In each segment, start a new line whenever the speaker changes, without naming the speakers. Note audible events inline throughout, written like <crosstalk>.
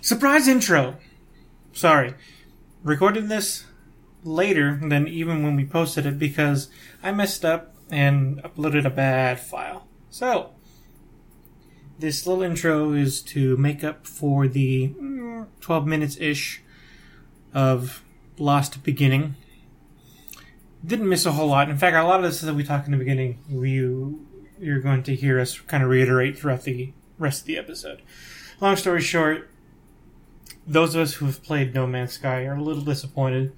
Surprise intro! Sorry. Recorded this later than even when we posted it because I messed up and uploaded a bad file. So, this little intro is to make up for the mm, 12 minutes ish of lost beginning. Didn't miss a whole lot. In fact, a lot of this that we talk in the beginning, you you're going to hear us kind of reiterate throughout the rest of the episode. Long story short, those of us who have played No Man's Sky are a little disappointed.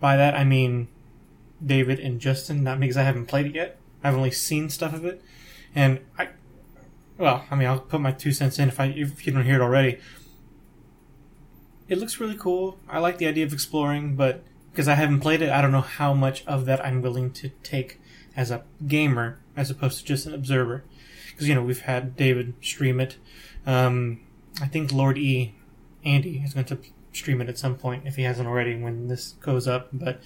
By that I mean David and Justin, not because I haven't played it yet. I've only seen stuff of it, and I, well, I mean, I'll put my two cents in if I if you don't hear it already. It looks really cool. I like the idea of exploring, but because I haven't played it, I don't know how much of that I'm willing to take as a gamer as opposed to just an observer. Because you know we've had David stream it. Um, I think Lord E, Andy is going to stream it at some point if he hasn't already when this goes up, but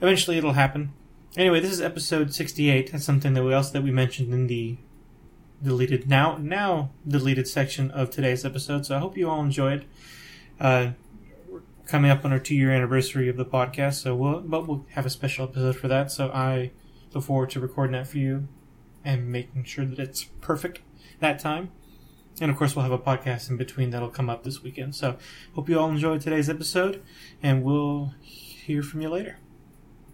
eventually it'll happen. Anyway, this is episode 68. That's something that we else that we mentioned in the deleted now now deleted section of today's episode. So I hope you all enjoyed. Uh, we're coming up on our two year anniversary of the podcast, so we'll but we'll have a special episode for that. So I look forward to recording that for you and making sure that it's perfect that time. And of course, we'll have a podcast in between that'll come up this weekend. So, hope you all enjoyed today's episode, and we'll hear from you later.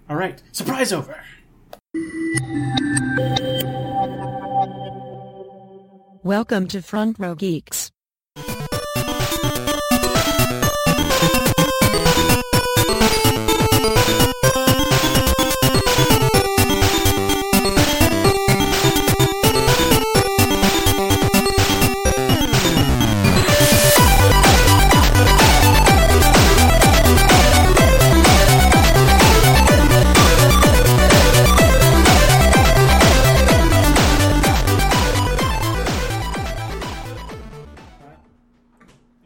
All right, surprise over.
Welcome to Front Row Geeks.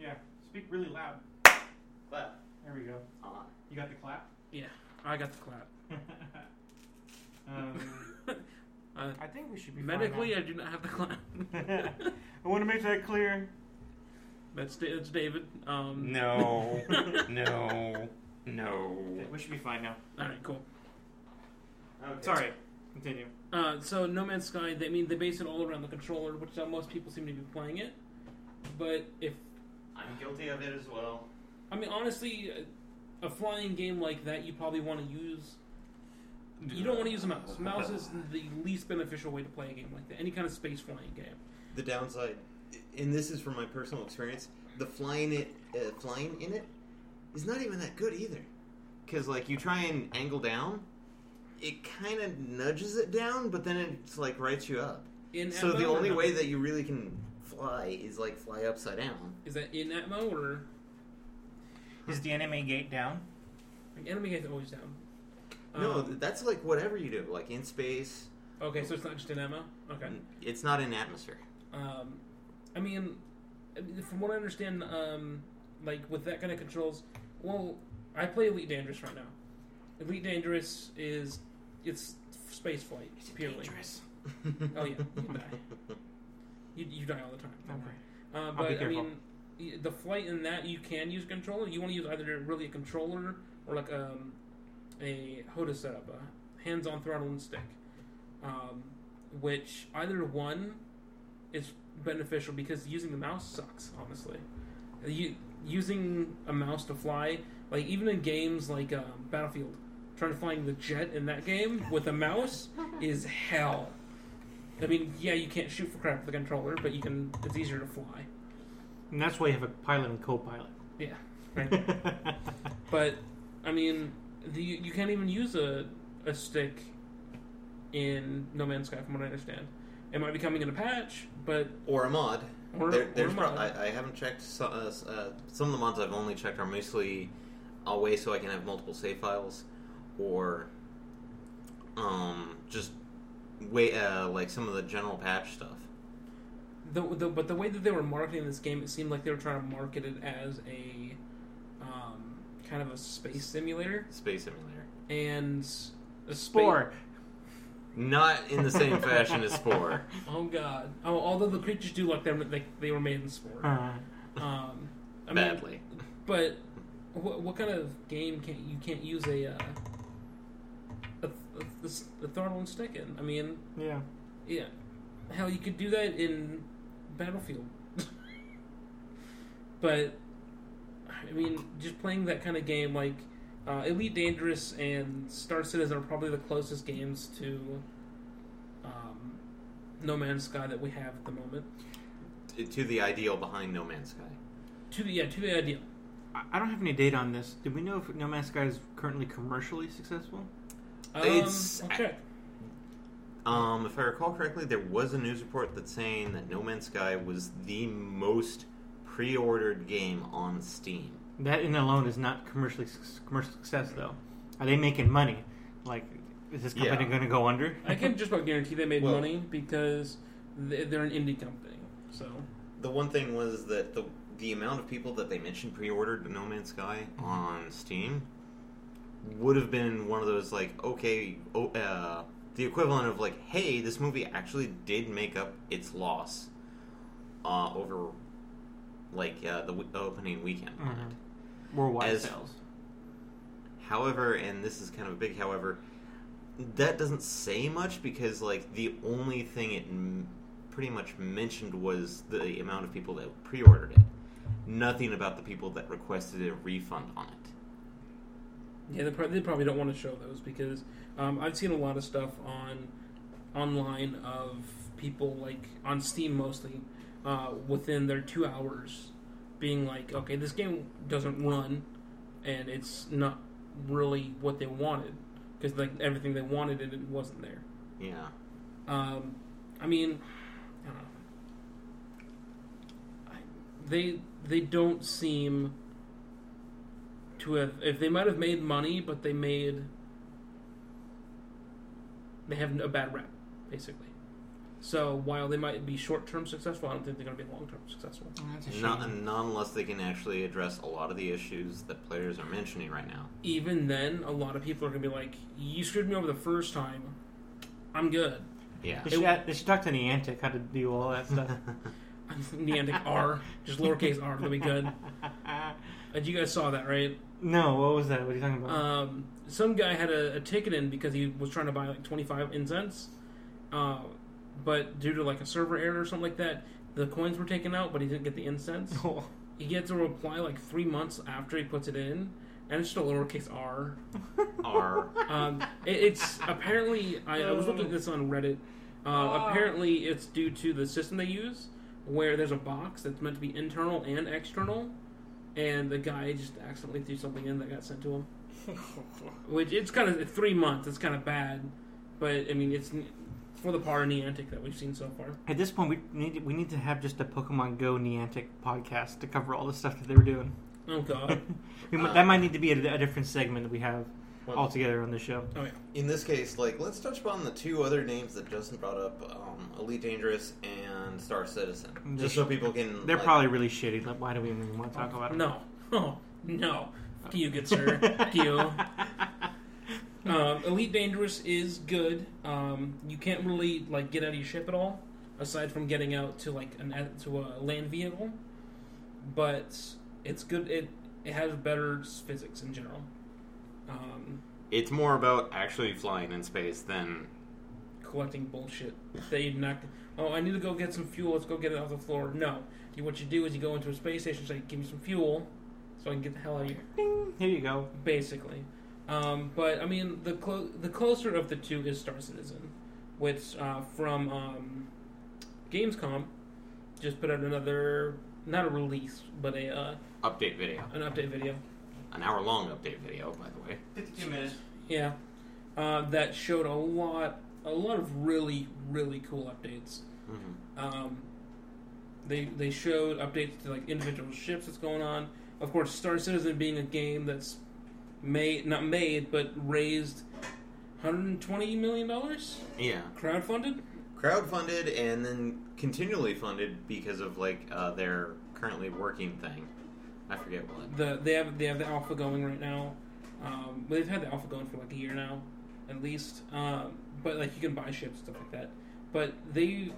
Yeah, speak really loud.
But
There we go.
on.
You got the clap. <laughs>
Yeah, I got the clap.
<laughs> um,
Uh,
I think we should be fine
medically,
now.
I do not have the clap. <laughs>
<laughs> I want to make that clear.
that's, Da- that's David. Um,
<laughs>
No. no. No.
We should be fine now.
All right, cool.
Sorry. Continue.
Uh, so No Man's Sky, they I mean they base it all around the controller, which uh, most people seem to be playing it. But if
I'm guilty of it as well.
I mean honestly, a, a flying game like that, you probably want to use. You don't want to use a mouse. Mouse is the least beneficial way to play a game like that. Any kind of space flying game.
the downside, and this is from my personal experience, the flying it, uh, flying in it, is not even that good either. Because like you try and angle down, it kind of nudges it down, but then it's like rights you up.
In
so the
Atmo or
only
not?
way that you really can fly is like fly upside down.
is that in Atmo or
Is the anime gate down?
like, enemy games are always down.
no,
Um,
th- that's like whatever you do, like in space.
Okay, so it's not just an ammo. Okay.
It's not in atmosphere.
Um, I mean, from what I understand, um, like with that kind of controls, well, I play Elite Dangerous right now. Elite Dangerous is it's space flight purely.
<laughs>
Oh, yeah, you die. You, you die all the time.
Okay.
Uh,
I'll be
but I
careful.
mean, y- the flight in that you can use controller. You want to use either really a controller or like um, a Hoda setup, a hands-on throttle and stick. Um, which either one is beneficial because using the mouse sucks. Honestly, you, using a mouse to fly, like even in games like um, Battlefield, trying to find the jet in that game with a mouse is hell. I mean, yeah, you can't shoot for crap with the controller, but you can. It's easier to fly.
And that's why you have a pilot and co-pilot.
Yeah. Right. <laughs> but I mean, the, you can't even use a a stick in No Man's Sky, from what I understand. It might be coming in a patch, but
or a mod.
Or-
there,
or
there's
a
pro-
mod.
I, I haven't checked so, uh, s- uh, some of the mods I've only checked are mostly a way so I can have multiple save files, or um, just way uh, like some of the general patch stuff.
the, the but the way that they were marketing this game, it seemed like they were trying to market it as a um, kind of a space simulator
Space Simulator,
and
<laughs>
a spa-
Spore.
not in the same fashion as Spore.
Oh God! Oh, although the creatures do look them, like they were made in spore.
Uh,
Um, <laughs> I mean,
badly.
But what, what kind of game can't you can't use a uh, a, a, a, a Thornton stick in? I mean,
Yeah.
yeah, hell, you could do that in Battlefield. <laughs> but I mean, just playing that kind of game like uh, Elite Dangerous and Star Citizen are probably the closest games to um, No Man's Sky that we have at the moment.
T- to the ideal behind No Man's Sky.
To the yeah, to the idea.
I I don't have any data on this. Do we know if No Man's Sky is currently commercially successful?
Um,
It's-
okay.
Um, if I recall correctly, there was a news report that's saying that No Man's Sky was the most pre-ordered game on Steam.
That in alone is not commercially su- commercial success, though. Are they making money? Like, is this company
Yeah.
going to go under? <laughs>
I can <laughs> just about guarantee they made
Well-
money because they- they're an indie company. So
The one thing was that the the amount of people that they mentioned pre-ordered No Man's Sky on Steam would have been one of those like okay, oh, uh, the equivalent of like, hey, this movie actually did make up its loss uh, over like uh, the w- opening weekend.
Mm-hmm.
Mhm. Worldwide
As-
sales.
However, and this is kind of a big however, that doesn't say much because like the only thing it m- pretty much mentioned was the amount of people that pre-ordered it. Nothing about the people that requested a refund on it.
yeah, they probably, they probably don't want to show those because um, I've seen a lot of stuff on online of people like on Steam mostly uh, within their two hours being like, okay, this game doesn't run and it's not really what they wanted because like everything they wanted it, it wasn't there.
Yeah.
Um, I mean, I don't know. I- They they don't seem to have. If they might have made money, but they made they have a bad rep, basically. So while they might be short term successful, I don't think they're going to be long term successful.
That's a
Not, not unless they can actually address a lot of the issues that players are mentioning right now.
Even then, a lot of people are going to be like, "You screwed me over the first time. I'm good." <laughs>
<laughs>
Yeah.
They should, a- they should talk to Niantic how to do all that
<laughs>
stuff. <laughs>
Neantic R, just lowercase R, that'll be good. And you guys saw that, right?
no, what was that? What are you talking
<laughs>
about?
um, some guy had a, a ticket in because he was trying to buy like 25 incense uh, but due to like a server error or something like that the coins were taken out but he didn't get the incense he gets a reply like three months after he puts it in and it's just a lowercase r
Are
um, it, it's apparently I, I was looking at this on Reddit. Uh, apparently, it's due to the system they use, where there's a box that's meant to be internal and external, and the guy just accidentally threw something in that got sent to him. Which it's kind of three months. It's kind of bad, but I mean it's n- for the par Neantic that we've seen so far.
At this point, we need to, we need to have just a Pokemon Go Niantic podcast to cover all the stuff that they were doing.
Oh god.
<laughs> We might, that might need to be a, a different segment that we have altogether on the show.
oh yeah.
in this case, like let's touch upon the two other names that Justin brought up: um, Elite Dangerous and Star Citizen,
They
just so people can.
They're
like-
probably really shitty. Like, why do we even want to talk
<laughs>
about it?
Mm. No. <laughs> Oh no. Fuck you, good sir.
<laughs>
Fuck you. Um, Elite Dangerous is good. Um, you can't really like get out of your ship at all, aside from getting out to like an to a land vehicle. But it's good. It it has better physics in general. Um,
It's more about actually flying in space than
collecting bullshit. They not. Oh, I need to go get some fuel. Let's go get it off the floor. No. You, what you do is you go into a space station, say, "Give me some fuel, so I can get the hell out of here."
Ding, Here you go.
basically. Um, but I mean, the clo- the closer of the two is Star Citizen, which uh, from um, Gamescom just put out another not a release but a uh,
update video.
an update video.
An hour long update video, by the way.
52 minutes.
Yeah, uh, that showed a lot a lot of really really cool updates.
Mm-hmm.
Um, they they showed updates to like individual ships that's going on. Of course, Star Citizen being a game that's made not made but raised 120 million dollars
Yeah.
crowdfunded.
Crowdfunded and then continually funded because of like uh, their currently working thing. I forget what.
The they have they have the alpha going right now. Um, but they've had the alpha going for like a year now, at least. Um, but like you can buy ships stuff like that. But they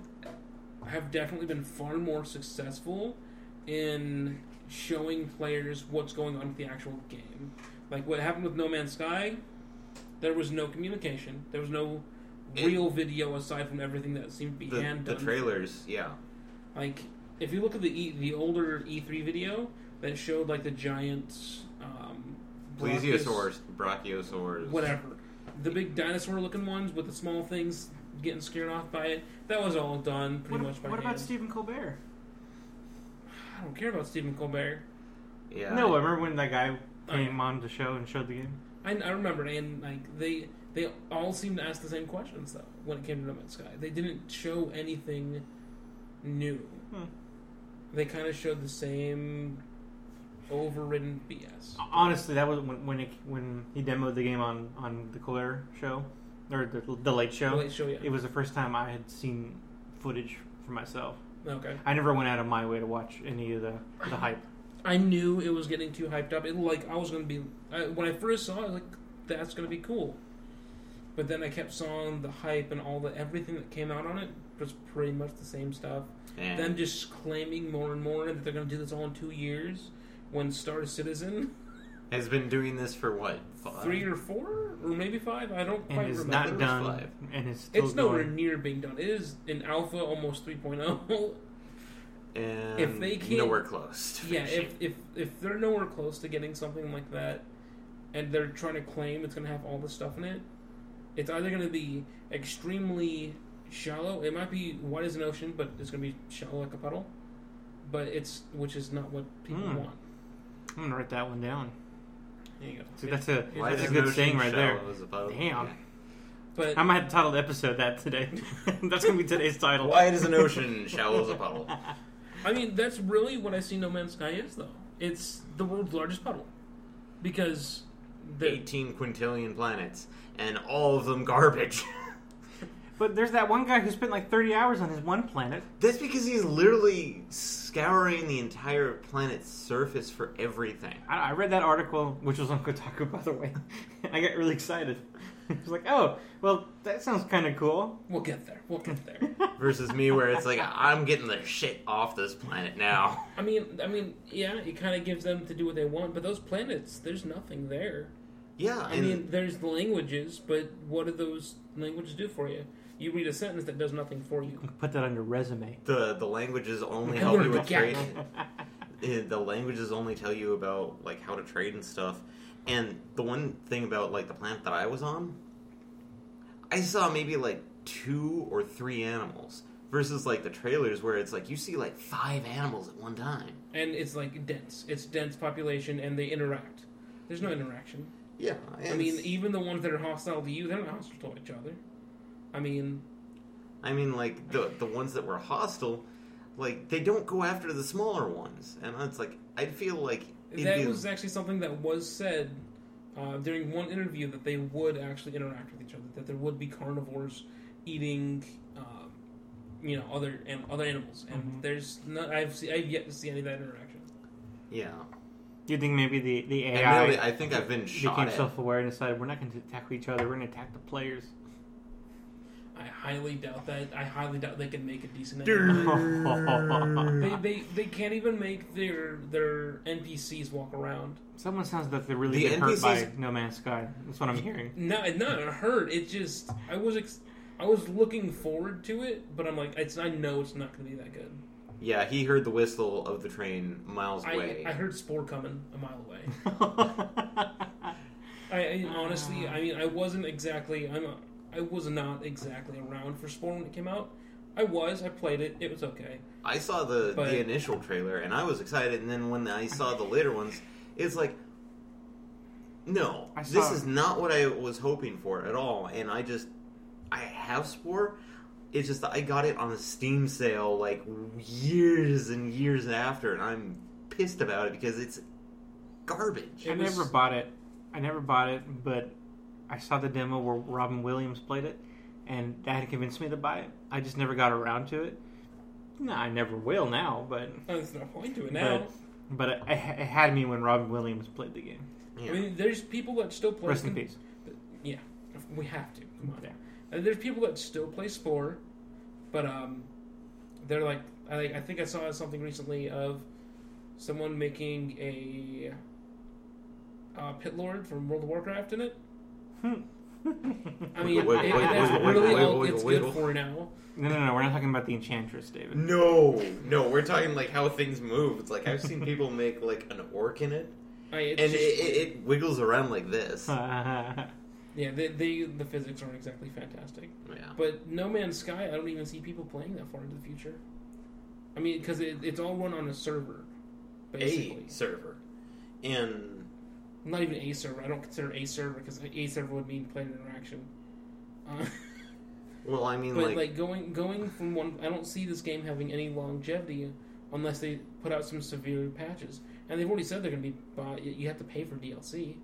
have definitely been far more successful in showing players what's going on with the actual game. Like what happened with No Man's Sky, there was no communication. There was no
It-
real video aside from everything that seemed to be
The,
hand
the
done.
trailers, yeah.
Like if you look at the e, the older E3 video that showed like the giant um,
Plesiosaurs, brachiosaurs,
whatever. The big dinosaur looking ones with the small things getting scared off by it. That was all done pretty much by
what
hand.
about Stephen Colbert?
I don't care about Stephen Colbert.
Yeah.
No, remember when that guy
Oh,
came on the show and showed the game?
I, I remember, and like they they all seemed to ask the same questions though when it came to No Man's Sky. They didn't show anything new.
Hmm.
They kind of showed the same overridden BS.
Honestly, that was when when, it, when he demoed the game on, on the Colbert show or the, the Late Show.
Late show, yeah.
It was the first time I had seen footage for myself.
Okay.
I never went out of my way to watch any of the, the
<laughs>
hype.
I knew it was getting too hyped up. It like I was gonna be I, when I first saw it, I was like that's gonna be cool. But then I kept seeing the hype and all the everything that came out on it was pretty much the same stuff.
And
Them uh, just claiming more and more that they're gonna do this all in two years. When Star Citizen
has been doing this for what? Five?
three or four or maybe five, I don't
And
quite
it's
remember.
not
There was
done.
five.
And it's still
it's nowhere
going.
near being done. It is an alpha, almost oh. 3.0.
and
If they can't-
nowhere close. to
Yeah,
finishing.
if, if if they're nowhere close to getting something like that, and they're trying to claim it's going to have all this stuff in it, it's either going to be extremely shallow. It might be wide as an ocean, but it's going to be shallow like a puddle. But it's which is not what people
Hmm.
want.
I'm gonna write that one down.
There you go.
See, that's a
Why
that's
is
a good
Notion
saying right there.
shallow as a puddle?
Damn.
Yeah.
but
I might have to title the episode that today. <laughs> that's gonna be today's title.
Why is an ocean shallow as a puddle?
I mean, that's really what I see No Man's Sky is, though. It's the world's largest puddle because the
18 quintillion planets, and all of them garbage. <laughs>
But there's that one guy who spent like 30 hours on his one planet.
That's because he's literally scouring the entire planet's surface for everything.
I, I read that article, which was on Kotaku, by the way. <laughs> I got really excited. <laughs> I was like, oh, well, that sounds kind of cool.
we'll get there. We'll get there. <laughs>
Versus me, where it's like, I'm getting the shit off this planet now.
I mean, I mean, yeah, it kind of gives them to do what they want, but those planets, there's nothing there.
Yeah,
I mean, there's the languages, but what do those languages do for you? You read a sentence that does nothing for you.
Put that on your resume. <laughs>
the the languages only
I
help you
learned
with
to
trade.
get-
Eh, the languages only tell you about like how to trade and stuff. And the one thing about like the planet that I was on, I saw maybe like two or three animals versus like the trailers where it's like you see like five animals at one time.
And it's like dense. It's dense population, and they interact. There's no interaction.
Yeah,
I mean,
e-,
even the ones that are hostile to you, they're not hostile to each other. I mean,
I mean, like the the ones that were hostile, like they don't go after the smaller ones, and it's like I'd feel like it'd
that
be-
was actually something that was said uh, during one interview that they would actually interact with each other, that there would be carnivores eating, um, you know, other and other animals, and
Mhm.
there's not. I've see, I've yet to see any of that interaction.
yeah.
Do you think maybe the, the
And
AI
really, I think I've been shot
became
at.
self aware and decided we're not going to attack each other, we're going to attack the
<laughs>
players?
I highly doubt that. I highly doubt they can make a decent.
Durr.
<laughs>
They, they they can't even make their their NPCs walk around.
Someone sounds that they're really
The
getting hurt by
NPCs
No Man's Sky. That's what I'm hearing. <laughs>
No, it not hurt. It just I was ex- I was looking forward to it, but I'm like it's I know it's not going to be that good.
Yeah, he heard the whistle of the train miles
I,
away.
I heard Spore coming a mile away.
That's
I, I honestly, I mean, I wasn't exactly. I'm. A, I was not exactly around for Spore when it came out. I was. I played it. It was okay.
I saw the
But-
the initial trailer and I was excited, and then when I saw the later ones, it's like, no,
I
this
saw-
is not what I was hoping for at all. And I just, I have Spore. It's just that I got it on a Steam sale like years and years after, and I'm pissed about it because it's garbage.
I
It was-
never bought it. I never bought it, but I saw the demo where Robin Williams played it, and that had convinced me to buy it. I just never got around to it. No, I never will now, but
Oh, There's no point to it now.
but it, it had me when Robin Williams played the game.
Yeah.
I mean, there's people that still play.
Rest in peace.
Yeah, we have to. Come on.
Yeah.
And there's people that still play Spore, but um, they're like I, I think I saw something recently of someone making a uh, pit lord from World of Warcraft in it. I mean,
Wiggle,
it-
wiggle,
that's
wiggle,
really
wiggle,
all
wiggle,
it's
wiggle.
good for now.
No, no, no. We're not talking about the Enchantress,
<laughs>
David. <laughs>
No, no, we're talking like how things move. It's like I've seen people make like an orc in it,
I, it's
and it,
just-
it, it wiggles around like this.
Mm-hmm.
yeah, they, they, the physics aren't exactly fantastic.
Yeah.
But No Man's Sky, I don't even see people playing that far into the future. I mean, because it, it's all run on a server,
A
basically.
server. In
Not even a server. I don't consider a server because a server would mean player interaction. Uh,
well, I
<laughs>
mean
but
like,
like, going going from one, I don't see this game having any longevity unless they put out some severe patches. And they've already said they're going to be. buy- you- you have to pay for DLC,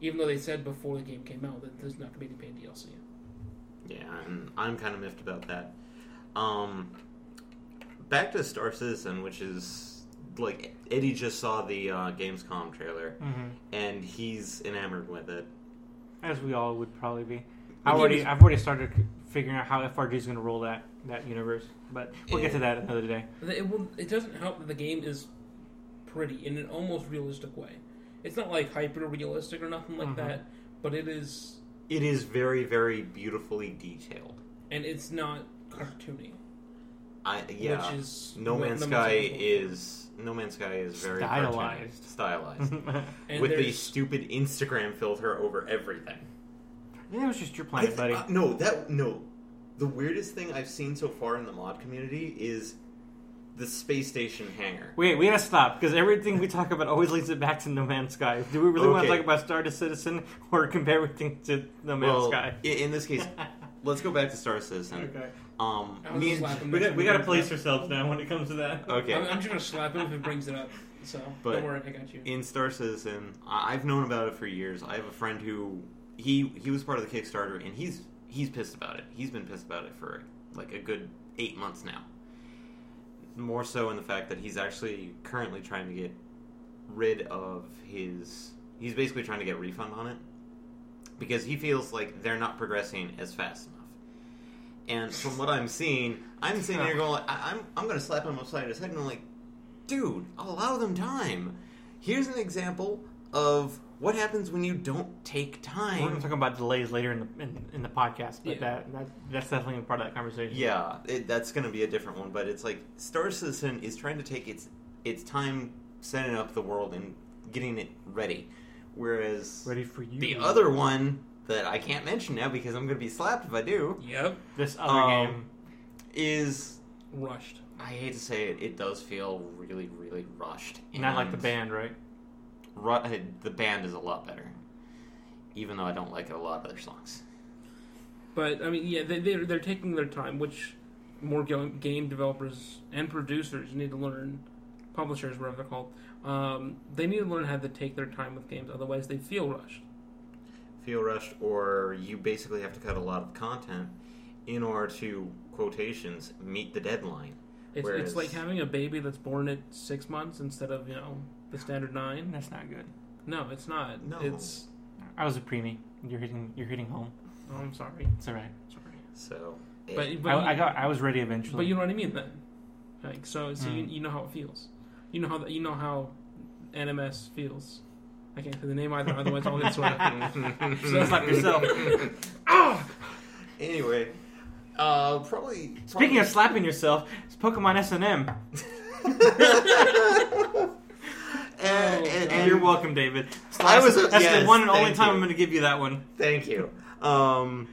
even though they said before the game came out that there's not going to be any paid DLC.
yeah, I'm, I'm kind of miffed about that. Um, back to Star Citizen, which is like Eddie just saw the uh, Gamescom trailer,
hmm
and he's enamored with it.
As we all would probably be.
The
I
game
already,
is-
I've already started figuring out how FRG is going to roll that that universe, but we'll
Eh.
get to that another day.
<laughs> It, it, will, it doesn't help that the game is pretty in an almost realistic way. It's not like hyper realistic or nothing like
Mhm.
that, but it is,
It is very, very beautifully detailed.
and it's not cartoony.
I yeah.
Which is
No
what
Man's
the most
Sky
important.
is No Man's Sky is very
Stylized.
cartoony. stylized
and
with the
there's-
stupid Instagram filter over everything.
Yeah, it was just your planet,
I-
buddy.
uh, no, that no. The weirdest thing I've seen so far in the mod community is the space station hangar.
Wait, we gotta stop because everything we talk about always leads it back to No Man's Sky. Do we really want
Okay.
to talk about Star to Citizen or compare everything to No Man's
well,
Sky?
i- in
<laughs>
this case, let's go back to Star Citizen.
Okay,
Um,
I was
me and-
just laughing.
we got we gotta place ourselves now when it comes to that.
okay.
I'm, I'm just gonna slap him if it brings it up. So
But-
don't worry, I got you.
in Star Citizen, I- I've known about it for years. I have a friend who he he was part of the Kickstarter, and he's he's pissed about it. He's been pissed about it for like a good eight months now. More so in the fact that he's actually currently trying to get rid of his. He's basically trying to get a refund on it because he feels like they're not progressing as fast enough. And from what I'm seeing, I'm sitting here going, I- I'm I'm gonna slap him upside his head and I'm like, dude, allow them time. Here's an example of what happens when you don't take
We're gonna
time.
talk about delays later in the in, in the podcast, but
Yeah.
that, that that's definitely part of that conversation.
Yeah, it, that's gonna be a different one, but it's like Star Citizen is trying to take its its time setting up the world and getting it ready, whereas
ready for you.
the other one that I can't mention now because I'm gonna be slapped if I do
Yep,
this other
Um,
game.
is
rushed.
I hate to say it, it does feel really, really rushed.
Not like the
And
band, right?
ru- uh, the band is a lot better, even though I don't like a lot of their songs.
But I mean, yeah, they, they're they're taking their time, which more go- game developers and producers need to learn, publishers whatever they're called. Um, they need to learn how to take their time with games, otherwise they feel rushed.
Feel rushed, or you basically have to cut a lot of content in order to quotations meet the deadline.
It's,
Whereas-
it's like having a baby that's born at six months instead of you know the standard nine.
That's not good.
No, it's not.
No.
it's.
I was a preemie. You're hitting. You're hitting home.
Oh, I'm sorry.
It's all right.
Sorry.
So, eh. <laughs>
But, but
I, I got. I was ready eventually.
But you know what I mean then. Like so, so you,
Mm.
you know how it feels. You know how you know how NMS feels. I can't say the name either, otherwise I'll get
<laughs>
sweaty.
<laughs> so it's like yourself.
Ah! anyway, uh, probably
Speaking of slapping yourself, it's Pokemon S and M.
and, and, eh, and
You're welcome, David.
I was-
that's
yes,
the one and only
thank
time
you.
I'm going to give you that one.
Thank you. Um,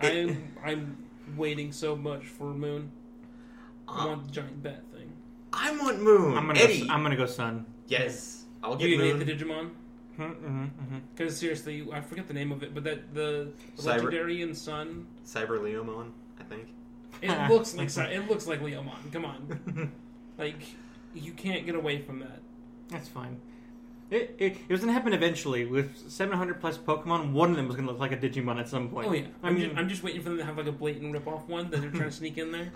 I'm I'm waiting so much for Moon. I
Uh,
want the giant bat thing.
I want Moon.
I'm gonna.
Eddie.
Go, I'm gonna go Sun.
yes, I'll
You
get
can
Moon.
get the Digimon
Mm-hmm, mm-hmm.
because seriously, I forget the name of it, but that the
Cyber-
legendary and Sun.
Cyber Leomon, I
<laughs>
think.
Ah,
It looks like Cy- it looks like Leomon. Come on,
<laughs>
like you can't get away from that.
That's fine. It, it, it was going to happen eventually. With 700 plus Pokemon, one of them was going to look like a Digimon at some point.
Oh yeah,
I
I'm,
mean,
just, I'm just waiting for them to have like a blatant rip off one that they're trying to sneak in there.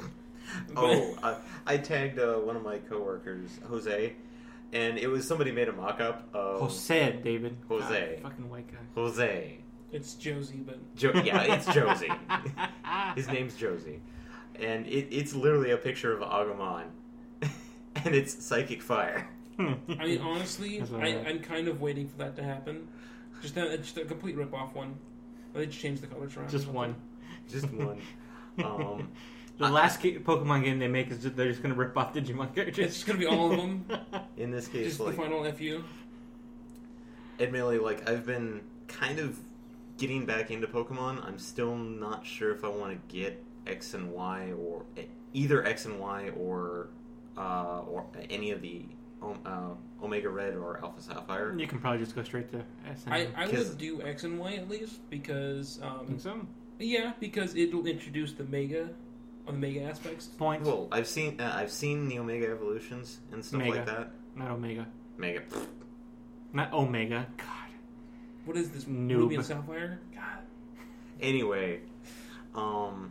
But-
Oh, uh, I tagged uh, one of my coworkers, Jose, and it was somebody made a mock-up of
Jose, David.
Oh. Jose.
God, fucking white guy.
Jose.
It's Josie, but
Jo- yeah, it's
<laughs>
Josie. His name's Josie, <laughs> and it, it's literally a picture of Agumon, and it's psychic fire. <laughs>
Hmm.
I mean, honestly,
That's all
I,
right.
I'm kind of waiting for that to happen. Just a, just a complete rip off one. They just changed the colors
<laughs>
around.
Just one. Just one. Um, the
I-
last ca- Pokemon game they make is just, they're just going to rip off Digimon characters.
It's just gonna be all of them.
In this case,
Just
like
the final fu.
admittedly, like I've been kind of getting back into Pokemon. I'm still not sure if I want to get X and Y or e, either X and Y or uh, or any of the O- uh, Omega Red or Alpha Sapphire.
<laughs> you can probably just go straight to S.
I, I
Because-
would do X and Y at least because um,
think so.
yeah, because it'll introduce the mega, on the mega aspects.
Points.
Well, I've seen uh, I've seen the Omega evolutions and stuff
Mega.
like that.
not Omega.
Mega. pfft.
Not Omega. God.
What is this
Noob.
Ruby and Sapphire? God,
Anyway, um,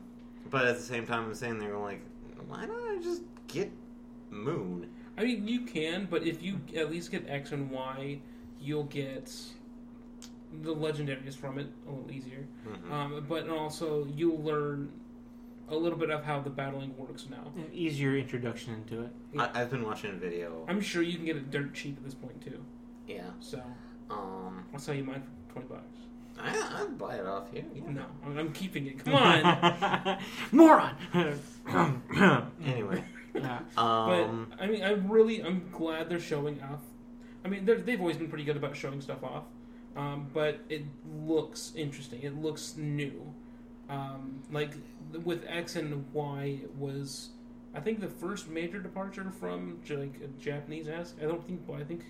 but at the same time, I'm saying they're like, why don't I just get Moon?
I mean you can, but if you at least get X and Y, you'll get the legendaries from it a little easier.
Mhm.
Um, but also you'll learn a little bit of how the battling works now.
An easier introduction into it.
I, I've been watching a video.
I'm sure you can get it dirt cheap at this point too.
Yeah.
So
Um,
I'll sell you mine for twenty bucks.
I, I'd buy it off here. yeah.
No, I'm- I'm keeping it.
<laughs>
Come on.
Moron!
Anyway,
<laughs>
Yeah.
But
um,
I mean, I really, I'm glad they're showing off. I mean, they're- they've always been pretty good about showing stuff off, um, but it looks interesting. It looks new. Um, like with X and Y, it was I think the first major departure from j- like a Japanese ask. I don't think, well, I think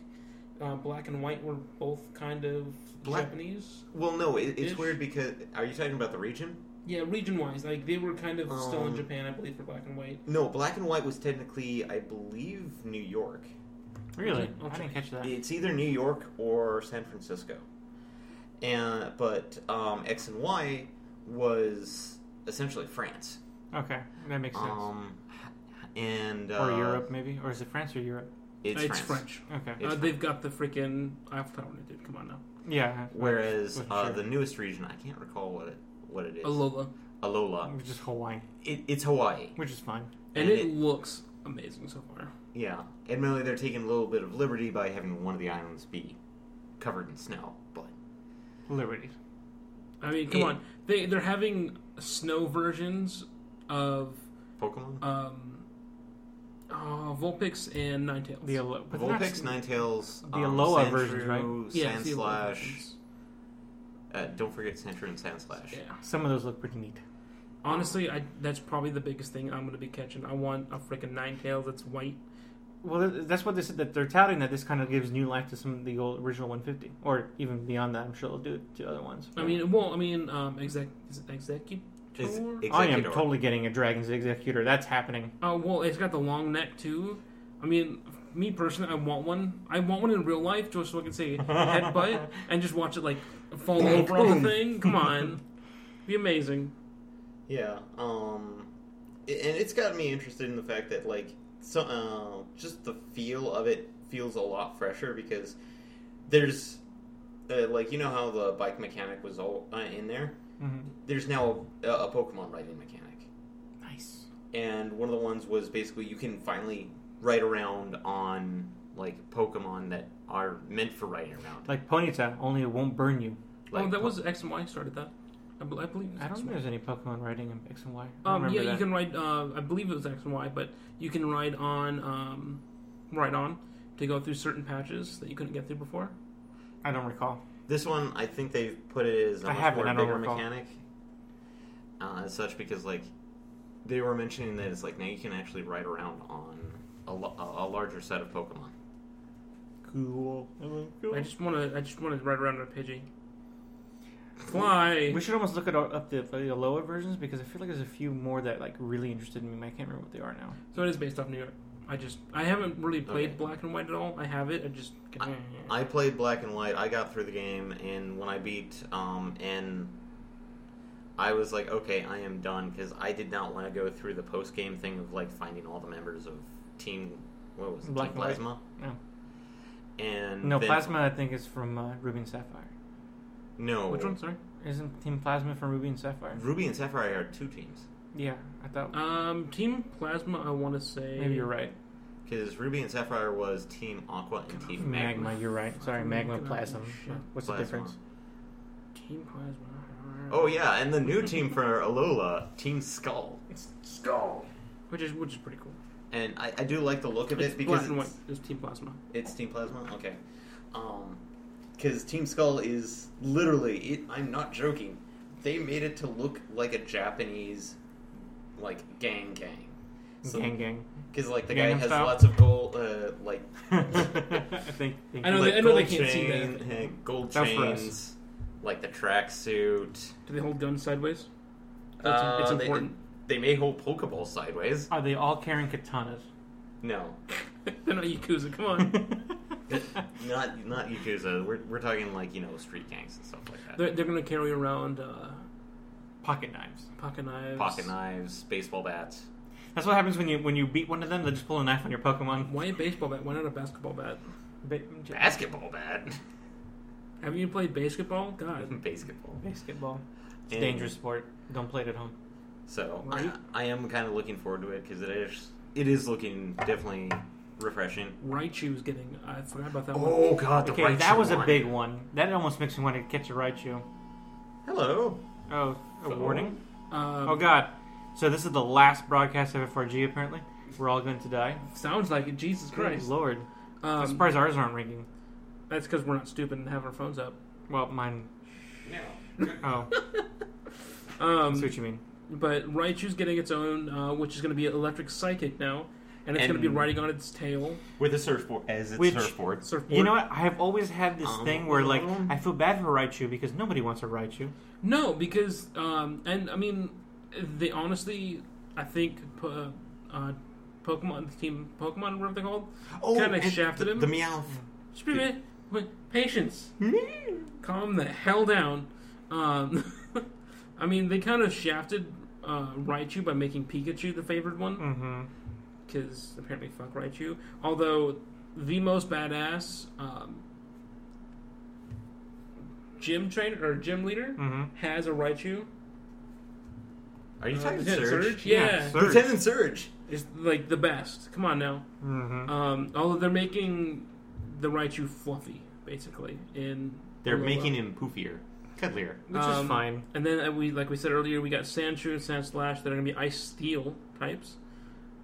uh, Black and White were both kind of
Black-
Japanese.
well, no, it, it's
Ish.
weird because are you talking about the region?
Yeah, region wise, like they were kind of still in
Um,
Japan, I believe, for Black and White.
No, Black and White was technically, I believe, New York.
Really?
I'll
I didn't
check.
catch that.
It's either New York or San Francisco. And but um, X and Y was essentially France.
Okay, that makes sense.
Um, and uh,
or Europe, maybe? Or is it France or Europe?
It's,
It's
France.
French.
Okay.
It's
Uh, they've got the freaking Eiffel Tower, dude. Come on now.
Yeah.
Whereas
Wasn't
uh,
sure.
the newest region, I can't recall what it what it is.
Alola.
Alola.
Which is Hawaii,
It, it's Hawaii.
which is fine.
And
And
it
it-
looks amazing so far.
Yeah, admittedly, they're taking a little bit of liberty by having one of the islands be covered in snow, but
Liberty.
I mean, come
It-
on. They they're having snow versions of
Pokemon.
um oh, Vulpix and Ninetales.
The Alo- but they're not-
Vulpix, Ninetales,
the
um,
Alola
Sandshrew,
versions, right?
yeah, it's the Alola
Sandslash.
versions.
Uh, don't forget Sandshrew and Sandslash.
Yeah.
Some of those look pretty neat.
Honestly, I that's probably the biggest thing I'm gonna be catching. I want a freaking Ninetales that's white.
Well, th- that's what they said that they're touting that this kind of gives new life to some of the old original 150, or even beyond that. I'm sure they'll do it to other ones.
I mean, well, I mean, um, exec is it execu-
Is
Sure.
I am
Executor.
totally getting a Dragon's Executor. That's happening.
Oh well, it's got the long neck too. I mean, me personally, I want one. I want one in real life just so I can say headbutt and just watch it like fall over on the thing. Come on, be amazing.
Yeah, um, i- and it's got me interested in the fact that like so, uh, just the feel of it feels a lot fresher because there's uh, like you know how the bike mechanic was all uh, in there.
Mhm.
There's now a, a Pokemon riding mechanic.
Nice.
and one of the ones was basically you can finally ride around on like Pokemon that are meant for riding around.
Like Ponyta, only it won't burn you.
Like,
oh, that was X and Y started that. I, bel- I believe. It was
uh, I don't
X
think
and Y.
there's any Pokemon riding in X and Y. I
Um,
remember
yeah, you
that.
can ride. Uh, I believe it was X and Y, but you can ride on, um, ride on to go through certain patches that you couldn't get through before.
I don't recall.
this one. I think they've put it as a
I
much
haven't,
more
I don't
bigger
recall.
mechanic uh, as such because like they were mentioning that it's like now you can actually ride around on a, lo- a a larger set of Pokemon.
Cool.
I just want to. I just want to ride around on a Pidgey. Fly.
We should almost look at our, up the, the Alola versions because I feel like there's a few more that like really interested me. I can't remember what they are now.
So it is based off New York. I just I haven't really played
Okay.
Black and White at all. I have it. I just
I played Black and White. I got through the game, and when I beat, um, and I was like, okay, I am done because I did not want to go through the post game thing of like finding all the members of Team. What was it?
Black
Team
and White.
Plasma.
No.
And
No,
then-
Plasma I think is from uh, Ruby and Sapphire.
No,
which one? Sorry.
Isn't Team Plasma from Ruby and Sapphire?
Ruby and Sapphire are two teams.
Uh,
Yeah, I thought
Um, Team Plasma. I want to say
maybe you're right.
Because Ruby and Sapphire was Team Aqua and Team
Magma,
Magma.
you're right. Sorry,
Fucking
magma
magma.
plasm.
Shit.
What's the
Plasma.
difference?
Team Plasma.
Oh yeah, and the new team for Alola, Team Skull.
It's Skull, which is which is pretty cool.
And I, I do like the look of
It's
it because
black and white.
it's,
It's Team Plasma.
it's Team Plasma. Okay, because Team Skull is literally. It, I'm not joking. They made it to look like a Japanese, like gang gang. So,
gang,
<laughs>
gang. <laughs>
Because like the
Gangnam
guy has
Style?
lots of gold, uh,
<laughs>
like
I think. think
I know
like
they- I know they
gold
can't see
chain,
that.
uh, <laughs> gold
That's for us.
chains, like the tracksuit.
Do they hold guns sideways? That's,
Uh,
it's
they-
important.
They, may hold Pokeballs sideways.
Are they all carrying
<laughs>
katanas?
No,
<laughs> They're not Yakuza.
<laughs>
Come on.
<laughs>
not not Yakuza. We're, we're talking like you know street gangs and stuff like that.
they're, they're gonna carry around uh,
Pocket knives.
pocket knives.
Pocket knives, baseball bats.
That's what happens when you when you beat one of them. They just pull a knife on your Pokemon.
Why a baseball bat? Why not a basketball bat?
Ba-
Basketball bat. <laughs>
Haven't you played basketball?
<laughs>
God.
Basketball.
Basketball. It's a
And-
dangerous sport. Don't play it at home.
So
Right.
I, I am kind of looking forward to it because it is it is looking definitely refreshing.
Raichu's getting. I forgot about that one.
Oh god, the
Okay,
Raichu
that was a
one.
big one. That almost makes me want to catch a Raichu.
Hello.
Oh, a
So-
warning.
Um,
Oh god. So this is the last broadcast of FRG. Apparently, we're all going to die.
Sounds like it. Jesus
Good
Christ.
Lord, I'm
Um,
surprised ours aren't ringing.
that's because we're not stupid and have our phones up.
Well, mine.
No.
<laughs>
Oh, that's
Um,
what you mean.
but Raichu's getting its own, uh, which is going to be electric psychic now, and it's going to be
And-
riding on its tail.
With a surfboard as its
Which-
surfboard.
Surfboard.
You know what? I have always had this
Um,
thing where, like,
um,
I feel bad for Raichu because nobody wants a Raichu.
No, because um, and I mean, they honestly, I think, po- uh, Pokemon the team Pokemon, whatever they're called,
Oh,
kinda
and
shafted
the,
him.
The Meowth.
Just be man- wait, patience, calm the hell down. Um, <laughs> I mean, they kind of shafted uh, Raichu by making Pikachu the favored one
Mm-hmm.
because apparently fuck Raichu. Although the most badass um, gym trainer or gym leader
Mm-hmm.
has a Raichu.
Are you
Uh,
talking
Lieutenant
Surge?
Surge?
Yeah,
Yeah.
Surge.
Lieutenant Surge.
It's like the best. Come on now.
Mm-hmm.
Um, although they're making the Raichu fluffy, basically. In
They're
Alola.
making him poofier, cuddlier.
Which
um,
is fine.
And then uh, we, like we said earlier, we got Sandshrew and Sandslash that are going to be Ice Steel types.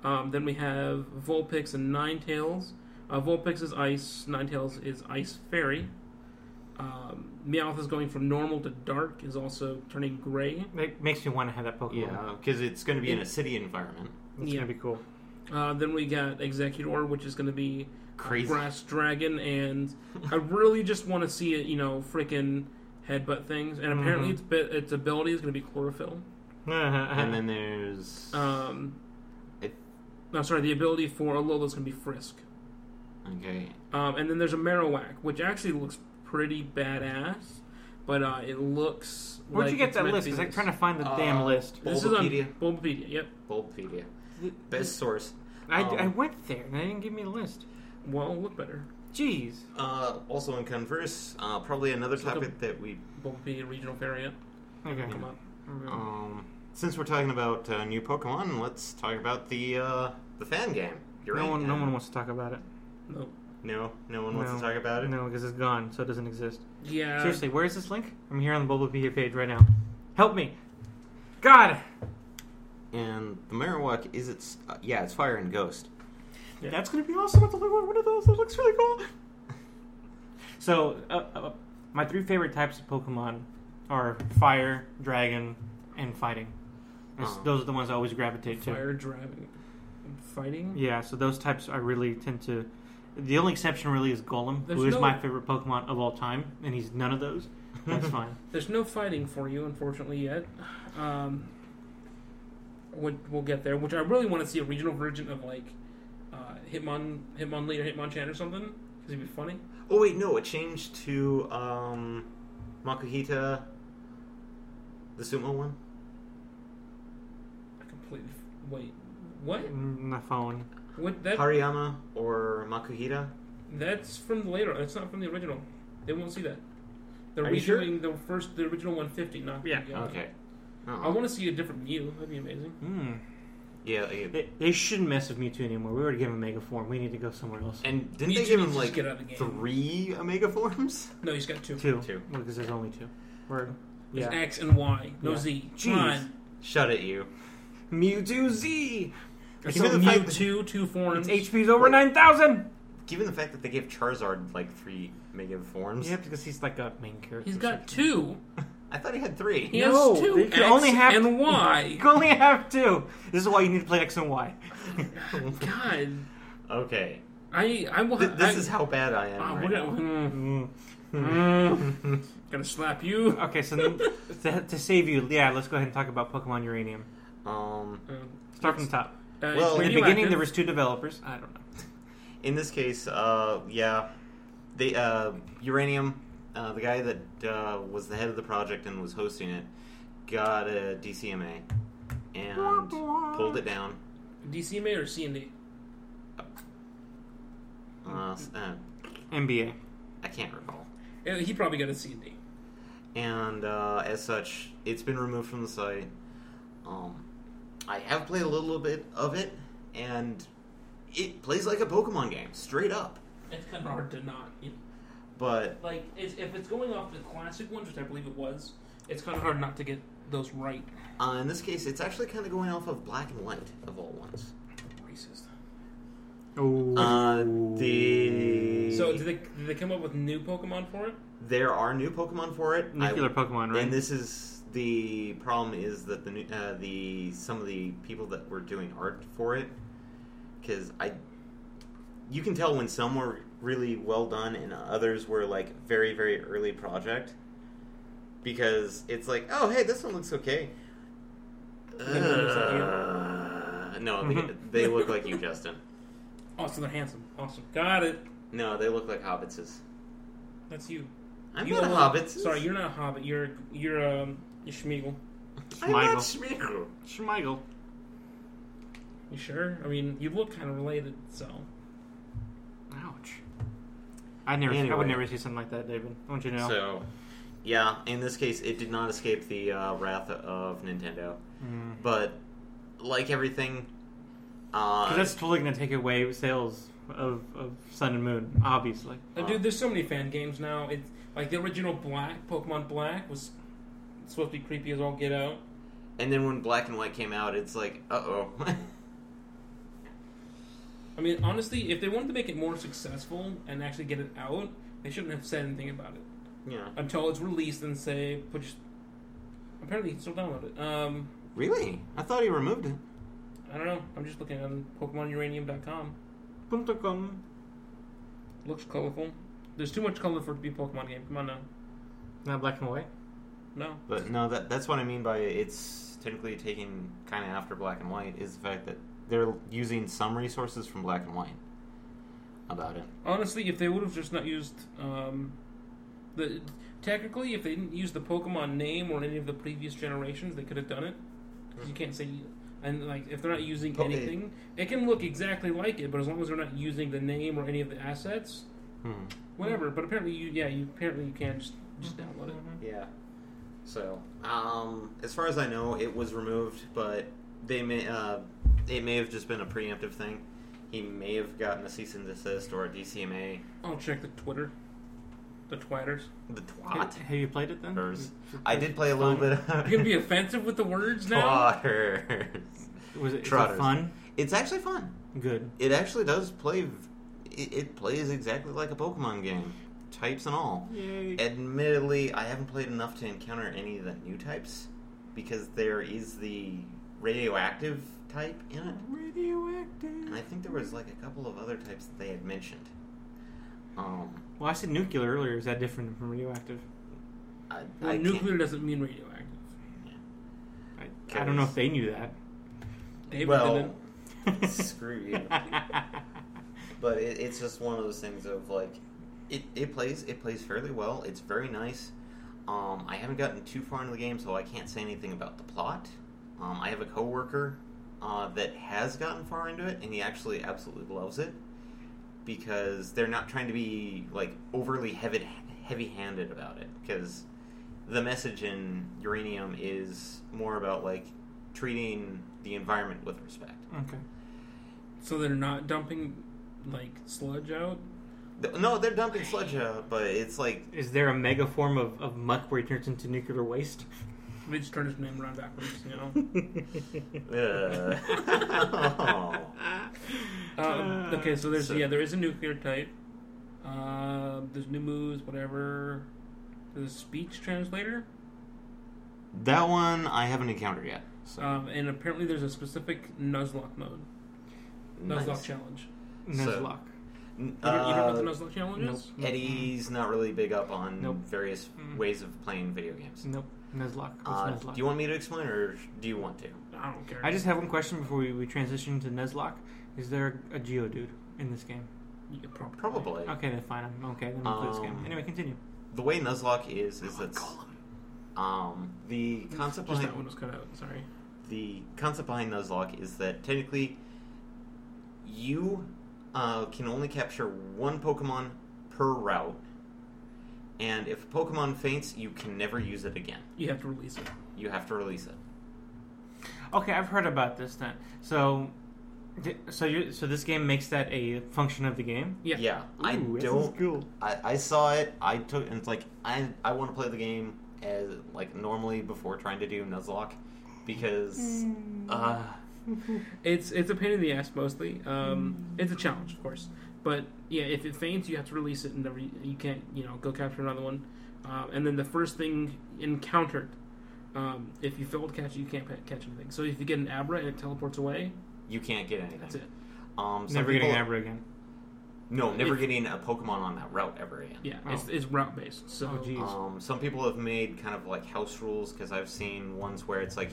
Um, then we have Vulpix and Ninetales. Uh, Vulpix is Ice. Ninetales is Ice Fairy. Um, Meowth is going from normal to dark. Is also turning gray.
It makes me want to have that Pokemon.
Oh, Yeah, because Uh, it's going to be in a city environment.
It's
Yeah.
gonna be cool. <laughs>
Uh, then we got Executor, which is going to be
Crazy.
Brass Dragon, and I really just want to see it, you know, freaking headbutt things. And apparently,
Mhm.
its
Mm-hmm.
bit, its ability is going to be chlorophyll.
And then there's
Um,
It-
no, sorry, the ability for Alola is going to be Frisk.
okay.
Um, and then there's a Marowak, which actually looks pretty badass, but uh, it looks.
Where'd
like
you get
it's
that
meant
list?
to be
Because I'm
this.
trying to find the damn
Uh,
list.
This is on
Bulbapedia.
Bulbapedia. Yep.
Bulbapedia, best source.
I,
um,
I went there and they didn't give me a list.
Well, look better.
Jeez.
Uh, also in converse, uh, probably another
like a-
topic that we
Bulbapedia regional variant.
Okay.
Come up.
Oh.
Um, since we're talking about uh, new Pokemon, let's talk about the uh, the fan game. You're
No
right. Uh,
one, no one wants to talk about it.
No.
No, no one wants to talk about it.
No, because it's gone, so it doesn't exist.
Yeah.
Seriously, where is this link? I'm here on the Bulbapedia page right now. Help me. God.
And the Marowak is its uh, yeah, it's Fire and Ghost.
Yeah.
That's gonna be awesome. I have to look at one of those. That looks really cool. So, uh, uh, my three favorite types of Pokemon are Fire, Dragon, and Fighting. That's-
Uh-huh.
Those are the ones I always gravitate to.
Fire driving, fighting.
Yeah, so those types I really tend to. The only exception really is Golem, who
There's
is
no-
my favorite Pokemon of all time, and he's none of those.
<laughs>
That's fine.
There's no fighting for you, unfortunately, yet. Um, we- we'll get there. Which I really want to see a regional version of like uh, Hitmon, Hitmonlee, or Hitmonchan or something, because it'd be funny.
Oh wait, no, it changed to um, Makuhita, the sumo one.
I completely f- wait. What?
Mm, Not following.
What? That
Hariyama or Makuhita?
that's from later. That's not from the original. They won't see that. They're
Are you sure?
redoing the first, the original 150. Not
Yeah.
the, uh,
Okay.
I
Oh.
want to see a different Mew. That'd be amazing.
Hmm.
Yeah, like,
They, they shouldn't mess with Mewtwo anymore. We already gave him Mega Form. We need to go somewhere else.
and didn't
Mewtwo
they give
needs
him
to just
like
get out of the game.
three Omega forms? <laughs>
No, he's got two.
two.
Two.
Well, because there's only two. Or,
There's
yeah.
X and Y. No
Yeah.
Z.
Jeez.
Come on.
Shut it, you.
Mewtwo Z!
So
Even the fact that-
Mewtwo, two forms.
Its HP's over 9,000!
Given the fact that they gave Charizard like three Omega forms,
Yeah, because he's like a main character.
He's got
section.
two.
I thought he had three.
He
No,
has two.
you can
X
only have
and
You <laughs>
Y.
can only have two. This is why you need to play X and Y.
<laughs> God,
<laughs> Okay,
I I will.
Oh,
<laughs>
Th- this
I, Oh,
is how bad I am.
Wow,
right
we're
now.
gonna,
Mm.
Hmm.
Mm.
<laughs> gonna
<laughs>
slap you. Uh,
okay, so then, <laughs> to, to save you, yeah, let's go ahead and talk about Pokemon Uranium.
Um,
Uh,
Start from the top.
Well,
In
Are
the
you
beginning, there was two developers. I don't know.
in this case, uh, yeah, they uh, Uranium, uh, the guy that uh, was the head of the project and was hosting it, got a DCMA and pulled it down.
DCMA or CMD.
Uh, s- uh,
NBA.
I can't recall.
Uh, He probably got a CMD.
and uh, as such, it's been removed from the site. Um, I have played a little bit of it, and it plays like a Pokemon game, straight up.
It's kind of hard to not. You know,
But
like it's, if it's going off the classic ones, which I believe it was, it's kind of hard not to get those right.
uh, in this case, it's actually kind of going off of Black and White of all ones.
Racist.
Oh.
Uh, the
So did they, did they come up with new Pokemon for it?
there are new Pokemon for it.
Nuclear
I-
Pokemon, right?
And this is the problem is that the new- uh, the some of the people that were doing art for it because I you can tell when some were really well done and others were like very very early project because it's like oh hey this one looks okay.
one looks like you.
Uh, no, they, they look like you, Justin.
Awesome, Oh, they're handsome. Awesome, got it.
No, they look like hobbitses.
That's you.
I'm
you
not a
are-
hobbit.
Sorry, you're not a hobbit. You're you're um you're Schmeagle.
I'm not
Schmeigel.
Schmeagol.
Schmeigel.
You sure? I mean, you look kind of related, so
Ouch. I never. I
Anyway.
would never see something like that, David. I want you to know.
So, yeah, in this case, it did not escape the uh, wrath of Nintendo.
Mm.
But like everything,
'Cause
uh,
that's totally going to take away sales of, of Sun and Moon, obviously.
Uh, dude, there's so many fan games now. It's like the original Black Pokemon Black was supposed to be creepy as all get out.
and then when Black and White came out, it's like, uh oh,
I mean, honestly, if they wanted to make it more successful and actually get it out, they shouldn't have said anything about
<laughs>
it
yeah,
until it's released and say, put your... apparently you can still download it. Um,
really? I thought he removed it.
I don't know. I'm just looking on PokemonUranium.com.
Punto.com.
Looks colorful. There's too much color for it to be a Pokemon game. Come on now.
Not black and white.
No.
But no, that that's what I mean by it's technically taking kind of after Black and White is the fact that they're using some resources from Black and White about it.
Honestly, if they would have just not used um, the technically, if they didn't use the Pokemon name or any of the previous generations, they could have done it. 'Cause You can't say, and like if they're not using
Po-
anything, it can look exactly like it, but as long as they're not using the name or any of the assets,
Hmm.
whatever. But apparently, you yeah, you apparently you can just just download it.
Yeah. So, um, as far as I know, it was removed, but they may uh, it may have just been a preemptive thing. He may have gotten a cease and desist or a DCMA.
I'll check the Twitter, the twatters.
The twat.
Have you played it then?
I did play a little bit
You're
<laughs>
gonna
of
be offensive with the words now.
Trotters.
Was it, is it
Trotters.
fun?
It's actually fun.
Good.
It actually does play. v- It, it plays exactly like a Pokemon game, types and all.
Yay.
Admittedly, I haven't played enough to encounter any of the new types because there is the radioactive type in it, and I
Radioactive.
think there was like a couple of other types that they had mentioned. Um,
Well, I said nuclear earlier. Is that different from radioactive?
I,
Well,
I
nuclear doesn't mean radioactive.
I, I don't know if they knew that.
Can't,
David
well,
didn't.
screw
<laughs>
you. But it, it's just one of those things of like, it, it plays it plays fairly well. It's very nice. Um, I haven't gotten too far into the game, so I can't say anything about the plot. Um, I have a coworker uh, that has gotten far into it, and he actually absolutely loves it because they're not trying to be like overly heavy heavy handed about it. Because the message in Uranium is more about like treating the environment with respect.
Okay.
So they're not dumping like sludge out.
Th- No, they're dumping sludge out, but it's like
Is there a mega form of, of muck where it turns into nuclear waste?
They just turned his name around backwards, you know.
<laughs> uh,
Um, okay, so there's
So-
yeah, there is a nuclear type. Uh, there's new moves, whatever. There's a speech translator,
that one I haven't encountered yet. So
um, and apparently there's a specific Nuzlocke mode, Nuzlocke
nice.
challenge.
Nuzlocke.
N-
You don't, you don't know what
uh,
the Nuzlocke Mm-hmm. challenge is?
Eddie's not really big up on
Nope.
various
Mm.
ways of playing video games.
Nope. Nuzlocke. What's
Uh,
Nuzlocke?
do you want me to explain, or do you want to?
I don't care.
I just have one question before we, we transition to Nuzlocke. Is there a Geodude in this game?
Yeah, prob-
Probably.
Okay, then fine. I'm okay. Then we'll play this game.
Um,
Anyway, continue.
The way Nuzlocke is is it's um the concept
Just
behind
that one was cut out. Sorry.
the concept behind Nuzlocke is that technically you uh, can only capture one Pokemon per route, and if a Pokemon faints, you can never use it again.
You have to release it.
You have to release it.
Okay, I've heard about this then. So, di- so you so this game makes that a function of the game.
Yeah.
I
Ooh, this is
don't.
cool.
I, I saw it. I took and it's like I I want to play the game as like normally before trying to do Nuzlocke because
Mm.
uh
It's it's a pain in the ass mostly. Um, It's a challenge, of course. But yeah, if it faints, you have to release it and never you can't you know go capture another one. Um, and then the first thing encountered, um, if you fail to catch it, you can't pa- catch anything. So if you get an Abra and it teleports away,
you can't get anything.
that's it.
Um, some
Never getting
people-
Abra again.
No, never
If-
getting a Pokemon on that route ever again.
Yeah, it's, it's route based. So
Oh, geez.
Um, some people have made kind of like house rules because I've seen ones where it's like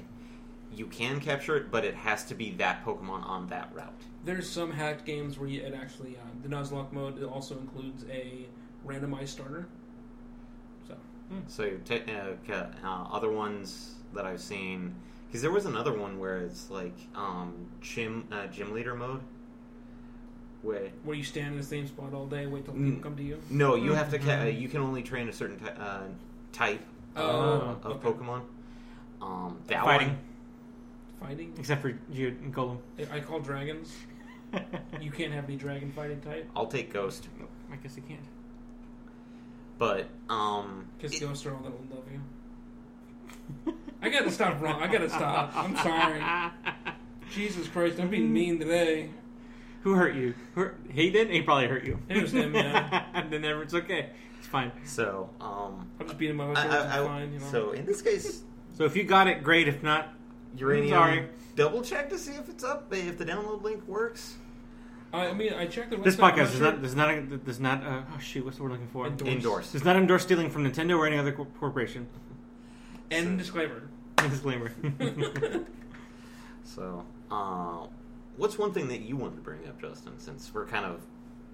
you can capture it, but it has to be that Pokemon on that route.
there's some hacked games where you, it actually uh, the Nuzlocke mode it also includes a randomized starter. So
So te- uh, ca- uh, other ones that I've seen because there was another one where it's like um, gym uh, gym leader mode, where
where you stand in the same spot all day, wait till
Mm.
people come to you.
no, you have to ca- uh, you can only train a certain ty- uh, type uh,
Oh,
of
okay.
Pokemon. Um, that
Fighting,
one,
Fighting.
except for Geodude and
<laughs>
Golem.
I- I call dragons. You can't have any dragon fighting type
I'll take Ghost,
I guess you can't.
but um,
because
it-
ghosts are all that will love you. I gotta stop wrong. I gotta stop. I'm sorry. Jesus Christ, I'm being mean today.
<laughs> Who hurt you? Who hurt- he did. He probably hurt you.
It was him, yeah.
And <laughs> then never. It's okay. It's fine.
so um,
I'm just beating my
I-
myself.
I- I-
I'm fine. You know.
So in this case,
So if you got it, great. If not,
uranium.
Sorry.
Double check to see if it's up, if the download link works.
I mean, I checked the website.
this
I'm
podcast does
sure-
not does not does not. Uh, oh shoot, what's the word I'm looking for?
Endorse.
Endorsed.
Does not endorse stealing from Nintendo or any other cor- corporation. <laughs>
End disclaimer.
Disclaimer.
So, uh, what's one thing that you wanted to bring up, Justin? Since we're kind of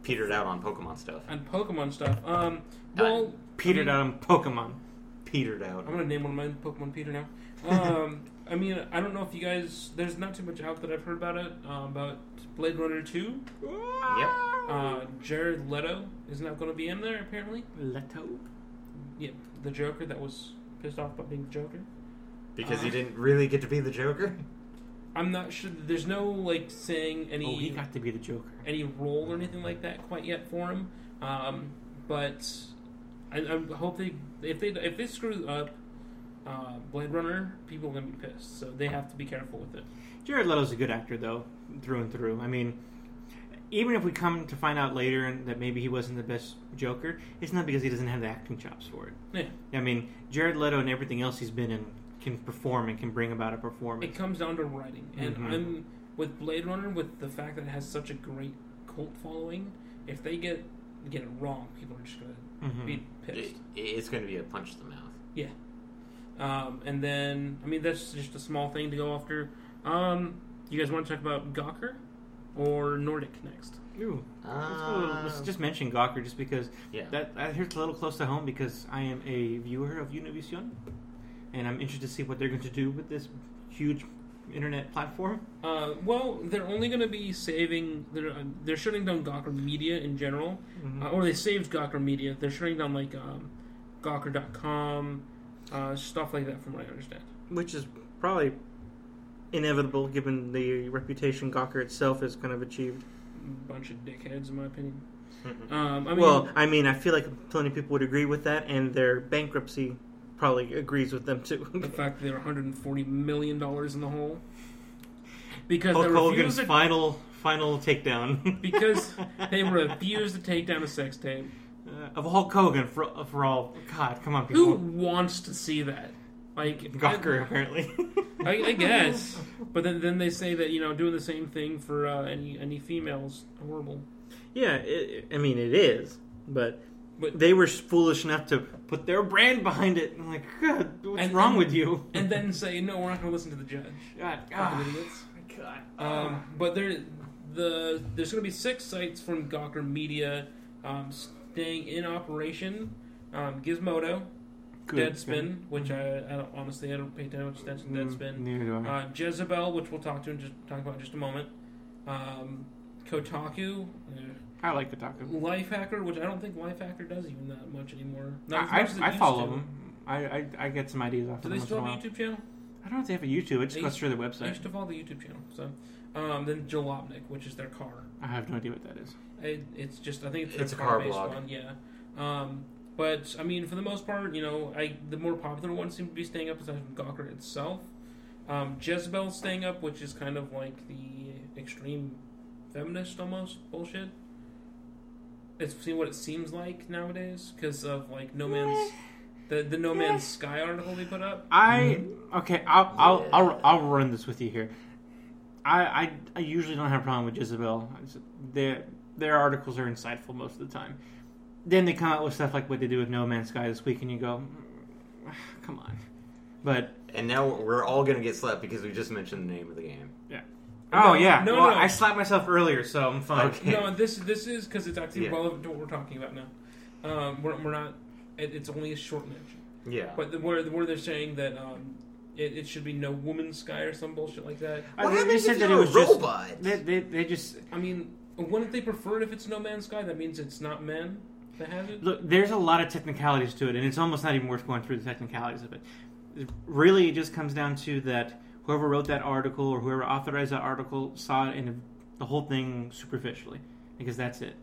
petered out on Pokemon stuff.
And Pokemon stuff. Um, well,
Uh,
Petered
I mean,
out on Pokemon.
Petered out.
I'm gonna name one of mine Pokemon
<laughs>
Peter now. Um, I mean, I don't know if you guys. There's not too much out that I've heard about it. Um, about Blade Runner Two.
Yep.
Uh, Jared Leto is not going to be in there apparently.
Leto.
Yeah, the Joker that was pissed off about being the Joker.
Because
uh,
he didn't really get to be the Joker.
I'm not sure. There's no like saying any
Oh, he got to be the Joker.
any role or anything like that quite yet for him. Um, but I, I hope they if they if they screw up uh, Blade Runner, people are gonna be pissed. So they have to be careful with it.
Jared Leto's a good actor, though, through and through. I mean, even if we come to find out later that maybe he wasn't the best Joker, it's not because he doesn't have the acting chops for it.
Yeah,
I mean, Jared Leto and everything else he's been in can perform and can bring about a
it
performance.
comes down to writing, and
Mhm.
I'm with Blade Runner with the fact that it has such a great cult following. If they get get it wrong, people are just gonna
Mhm.
be pissed.
It, it's going to be a punch to the mouth.
Yeah. Um, and then, I mean, that's just a small thing to go after. Um, you guys want to talk about Gawker or Nordic next?
Ooh. Let's, go a little- let's
Uh,
just mention Gawker just because
Yeah.
that, that hits a little close to home because I am a viewer of Univision and I'm interested to see what they're going to do with this huge internet platform.
Uh, well, they're only going to be saving. They're uh, they're shutting down Gawker Media in general,
Mm-hmm.
uh, or they saved Gawker Media. They're shutting down like um, Gawker.com, uh, stuff like that, from what I understand.
which is probably inevitable given the reputation Gawker itself has kind of achieved.
bunch of dickheads, in my <laughs> opinion. Um, I mean,
well, I mean, I feel like plenty of people would agree with that, and their bankruptcy probably agrees with them
the
too.
fact that they're 140 million dollars in the hole because they
Hulk
refused
Hogan's
to,
final final takedown <laughs>
because they refused to take down a sex tape.
uh, of Hulk Hogan for, uh, for all. God, come on,
Who
people.
wants to see that? Like
Gawker apparently. <laughs>
I, I, I guess, but then then they say that you know doing the same thing for uh, any any females horrible.
yeah, it, I mean it is, but.
But-
they were foolish enough to put their brand behind it. I'm like, God, what's
And-
wrong
and-
with you?
And then say no, we're not going to listen to the judge.
God,
Fucking
ah,
idiots.
God.
Um, but there, the there's going to be six sites from Gawker Media um, staying in operation. Um, Gizmodo,
Good.
Deadspin, which I, I don't, honestly I don't pay too much attention to
Mm-hmm.
Deadspin.
Mm, Neither do I.
Uh, Jezebel, which we'll talk to in just talk about in just a moment. Um, Kotaku, uh,
I like the taco.
Lifehacker, which I don't think Lifehacker does even that much anymore. Not as
I,
much as it
I, I
used
follow
to.
them. I, I, I get some ideas off
Do
of them
they
once in
still
a
have
while.
a YouTube channel?
I don't know if they have a YouTube. It
They
just goes
used-
through their
I
website.
used to follow the YouTube channel. So, um, then Jalopnik, which is their car.
I have no idea what that is.
It, it's just I think it's,
It's
a
a car
car-based
blog.
one, yeah. Um, but I mean, for the most part, you know, I the more popular ones seem to be staying up aside from Gawker itself. Um, Jezebel's staying up, which is kind of like the extreme feminist almost bullshit. It's seen what it seems like nowadays because of like No Man's the the No Man's Sky article they put up.
I okay. I'll I'll, I'll I'll run this with you here. I I, I usually don't have a problem with Jezebel. It's- Their their articles are insightful most of the time. Then they come out with stuff like what they do with No Man's Sky this week, and you go, "Mm, come on. But
And now we're all gonna get slapped because we just mentioned the name of the game.
oh
No,
yeah,
no,
well,
no.
I slapped myself earlier, so I'm fine.
Okay.
No, this this is because it's actually
Yeah.
relevant to what we're talking about now. Um, we're, we're not. It, it's only a short mention.
Yeah.
But the, where, where they're saying that um, it, it should be no woman's sky or some bullshit like that.
I-
What
they- they
happens
said
if
that
you're
it
a
was just-
robot?
They, they, they just
I mean, wouldn't they prefer it if it's no man's sky? That means it's not men that have it.
Look, there's a lot of technicalities to it, and it's almost not even worth going through the technicalities of it. Really, it just comes down to that whoever wrote that article or whoever authorized that article saw it in the whole thing superficially, because that's it.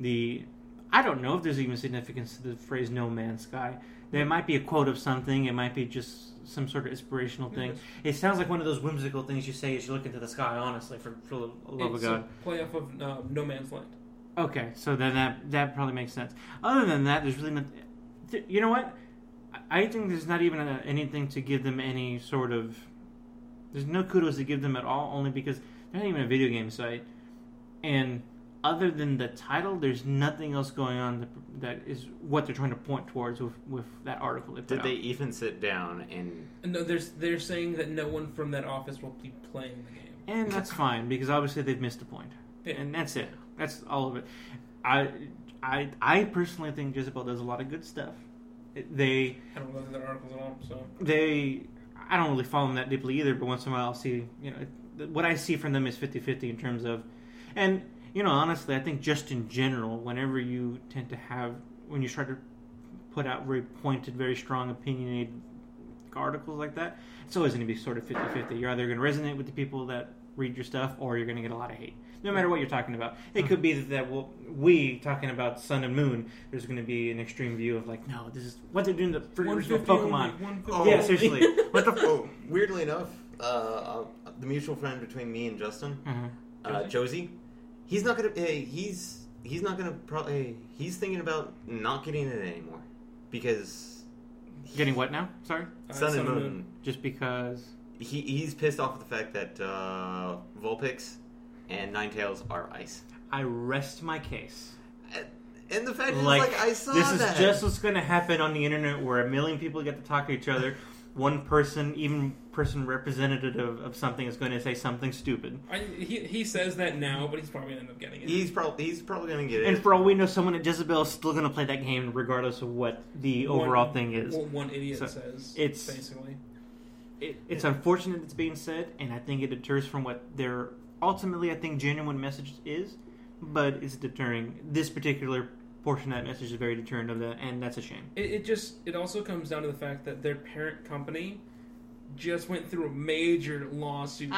The I don't know if there's even significance to the phrase "no man's sky." There might be a quote of something. It might be just some sort of inspirational thing. It sounds like one of those whimsical things you say as you look into the sky. Honestly, for, for the love of
it's
God,
a playoff of uh, no man's land.
Okay, so then that that probably makes sense. Other than that, there's really not. th- You know what? I I think there's not even uh anything to give them any sort of. There's no kudos to give them at all, only because they're not even a video game site, and other than the title, there's nothing else going on that, that is what they're trying to point towards with, with that article. They put
Did
out.
they even sit down and
And no, there's they're saying that no one from that office will be playing the game.
And that's fine because obviously they've missed a point,
Yeah.
and that's it. That's all of it. I, I, I personally think Jezebel does a lot of good stuff. It- They,
I don't know their articles at all. So
they, I don't really follow them that deeply either. But once in a while, I'll see. You know, it- what I see from them is 50-50 in terms of, and you know, honestly, I think just in general, whenever you tend to have, when you start to put out very pointed, very strong, opinionated articles like that, it's always going to be sort of 50 50. You're either going to resonate with the people that read your stuff or you're going to get a lot of hate, no matter what you're talking about. It could be that we'll, we, talking about Sun and Moon, there's going to be an extreme view of like, no, this is what they're doing to the original
150
Pokemon.
only, 150
Oh.
Yeah,
<laughs>
only.
seriously.
what the? Oh, weirdly enough, uh, uh, the mutual friend between me and Justin,
Uh-huh.
uh, Josie, he's not gonna. Uh, he's he's not gonna probably. He's thinking about not getting it anymore because
Getting what now? Sorry?
Uh,
Sun and Moon.
Just because.
He, he's pissed off at the fact that uh, Vulpix and Ninetales are ice,
I rest my case.
and, and the fact
Like,
is, like, I saw
this is
that.
just what's going to happen on the internet where a million people get to talk to each other. One person, even person representative of something, is going to say something stupid.
I, he, he says that now, but he's probably gonna end up getting it.
He's probably he's probably gonna get it.
And for all we know, someone at Jezebel is still going to play that game regardless of what the
One-
overall thing is.
What one idiot
So,
says.
it's-
basically.
It, it's unfortunate it's being said, and I think it deters from what their ultimately, I think, genuine message is, but it's deterring. This particular portion of that message is very deterrent of that, and that's a shame.
It, it just it also comes down to the fact that their parent company just went through a major lawsuit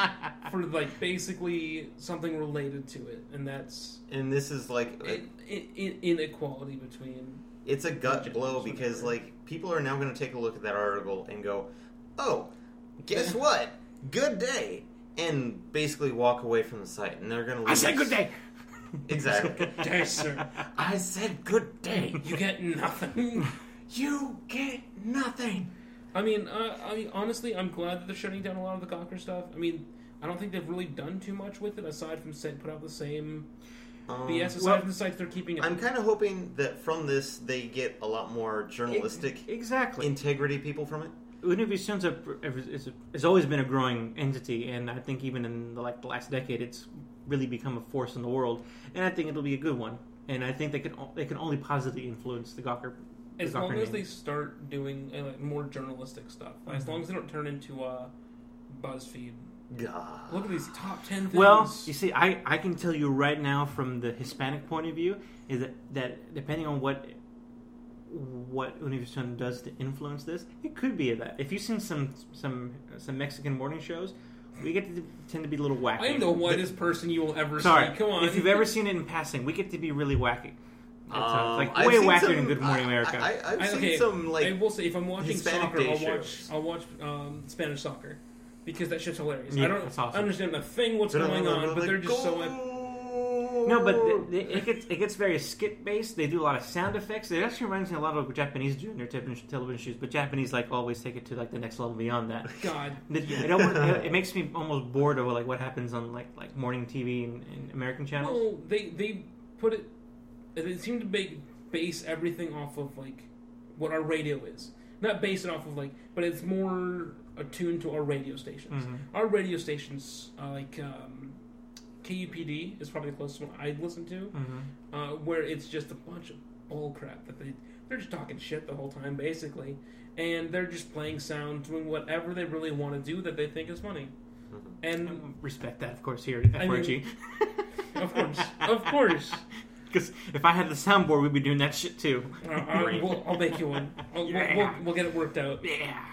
for like basically something related to it, and that's
and this is like
i i inequality between.
it's a gut
Budget,
blow
so
because
different.
like people are now going to take a look at that article and go, "Oh, guess what? Good day." And basically walk away from the site, and they're going to.
I said good <laughs> day. <laughs>
Exactly.
Day, sir.
I said good day.
You get nothing.
You get nothing.
I mean, uh, I mean, honestly, I'm glad that they're shutting down a lot of the Gawker stuff. I mean, I don't think they've really done too much with it aside from say, put out the same
Um,
BS. Aside
well,
from the sites they're keeping it.
I'm kind of hoping that from this they get a lot more journalistic
Exactly.
integrity people from it.
Univi Sun's a, is a, has always been a growing entity, and I think even in the, like the last decade, it's really become a force in the world. And I think it'll be a good one. And I think they can o- they can only positively influence the Gawker. the
as
Gawker
long as
name. Mm-hmm.
they start doing uh, like, more journalistic stuff. Like, As long as they don't turn into uh, BuzzFeed.
God.
Look at these top ten things.
Well, you see, I, I can tell you right now from the Hispanic point of view is that, that depending on what what Univision does to influence this, it could be that. If you've seen some some some Mexican morning shows, we get to tend to be a little wacky.
I am the whitest person you will ever
Sorry,
see. Come on.
if you've
<laughs>
ever seen it in passing, we get to be really wacky. It's, uh,
Um,
it's like
I've
way
seen
wackier
some-
than Good Morning America.
I, I, have
I-
seen
okay,
some
I
like
will say if I'm watching
Hispanic
soccer,
day
I'll watch
shows.
I'll watch um, Spanish soccer because that shit's hilarious.
Yeah,
I don't
that's awesome.
understand a thing what's going on, but they're just so. ep-
No, but
Oh.
th th- it gets it gets very skit based. They do a lot of sound effects. It actually reminds me a lot of what Japanese do in their television television shows, but Japanese like always take it to like the next level beyond that.
God,
It, it, almost, it, it makes me almost bored of like what happens on like like morning TV and, and American channels.
no, they they put it. They seem to make, base everything off of like what our radio is. Not base it off of like, but it's more attuned to our radio stations.
Mm-hmm.
Our radio stations, uh, like um, KUPD, is probably the closest one I listen to.
Mm-hmm.
uh, where it's just a bunch of bull crap that they they're just talking shit the whole time basically, and they're just playing sound, doing whatever they really want to do that they think is funny,
<laughs>
and
Respect that, of course, here at
I mean-
FRG.
of course, of course,
Because if I had the soundboard, we'd be doing that shit too.
Uh, I, will I'll make you
<laughs>
one. I'll, we'll,
Yeah.
we'll, we'll get it worked out. <laughs>
Yeah.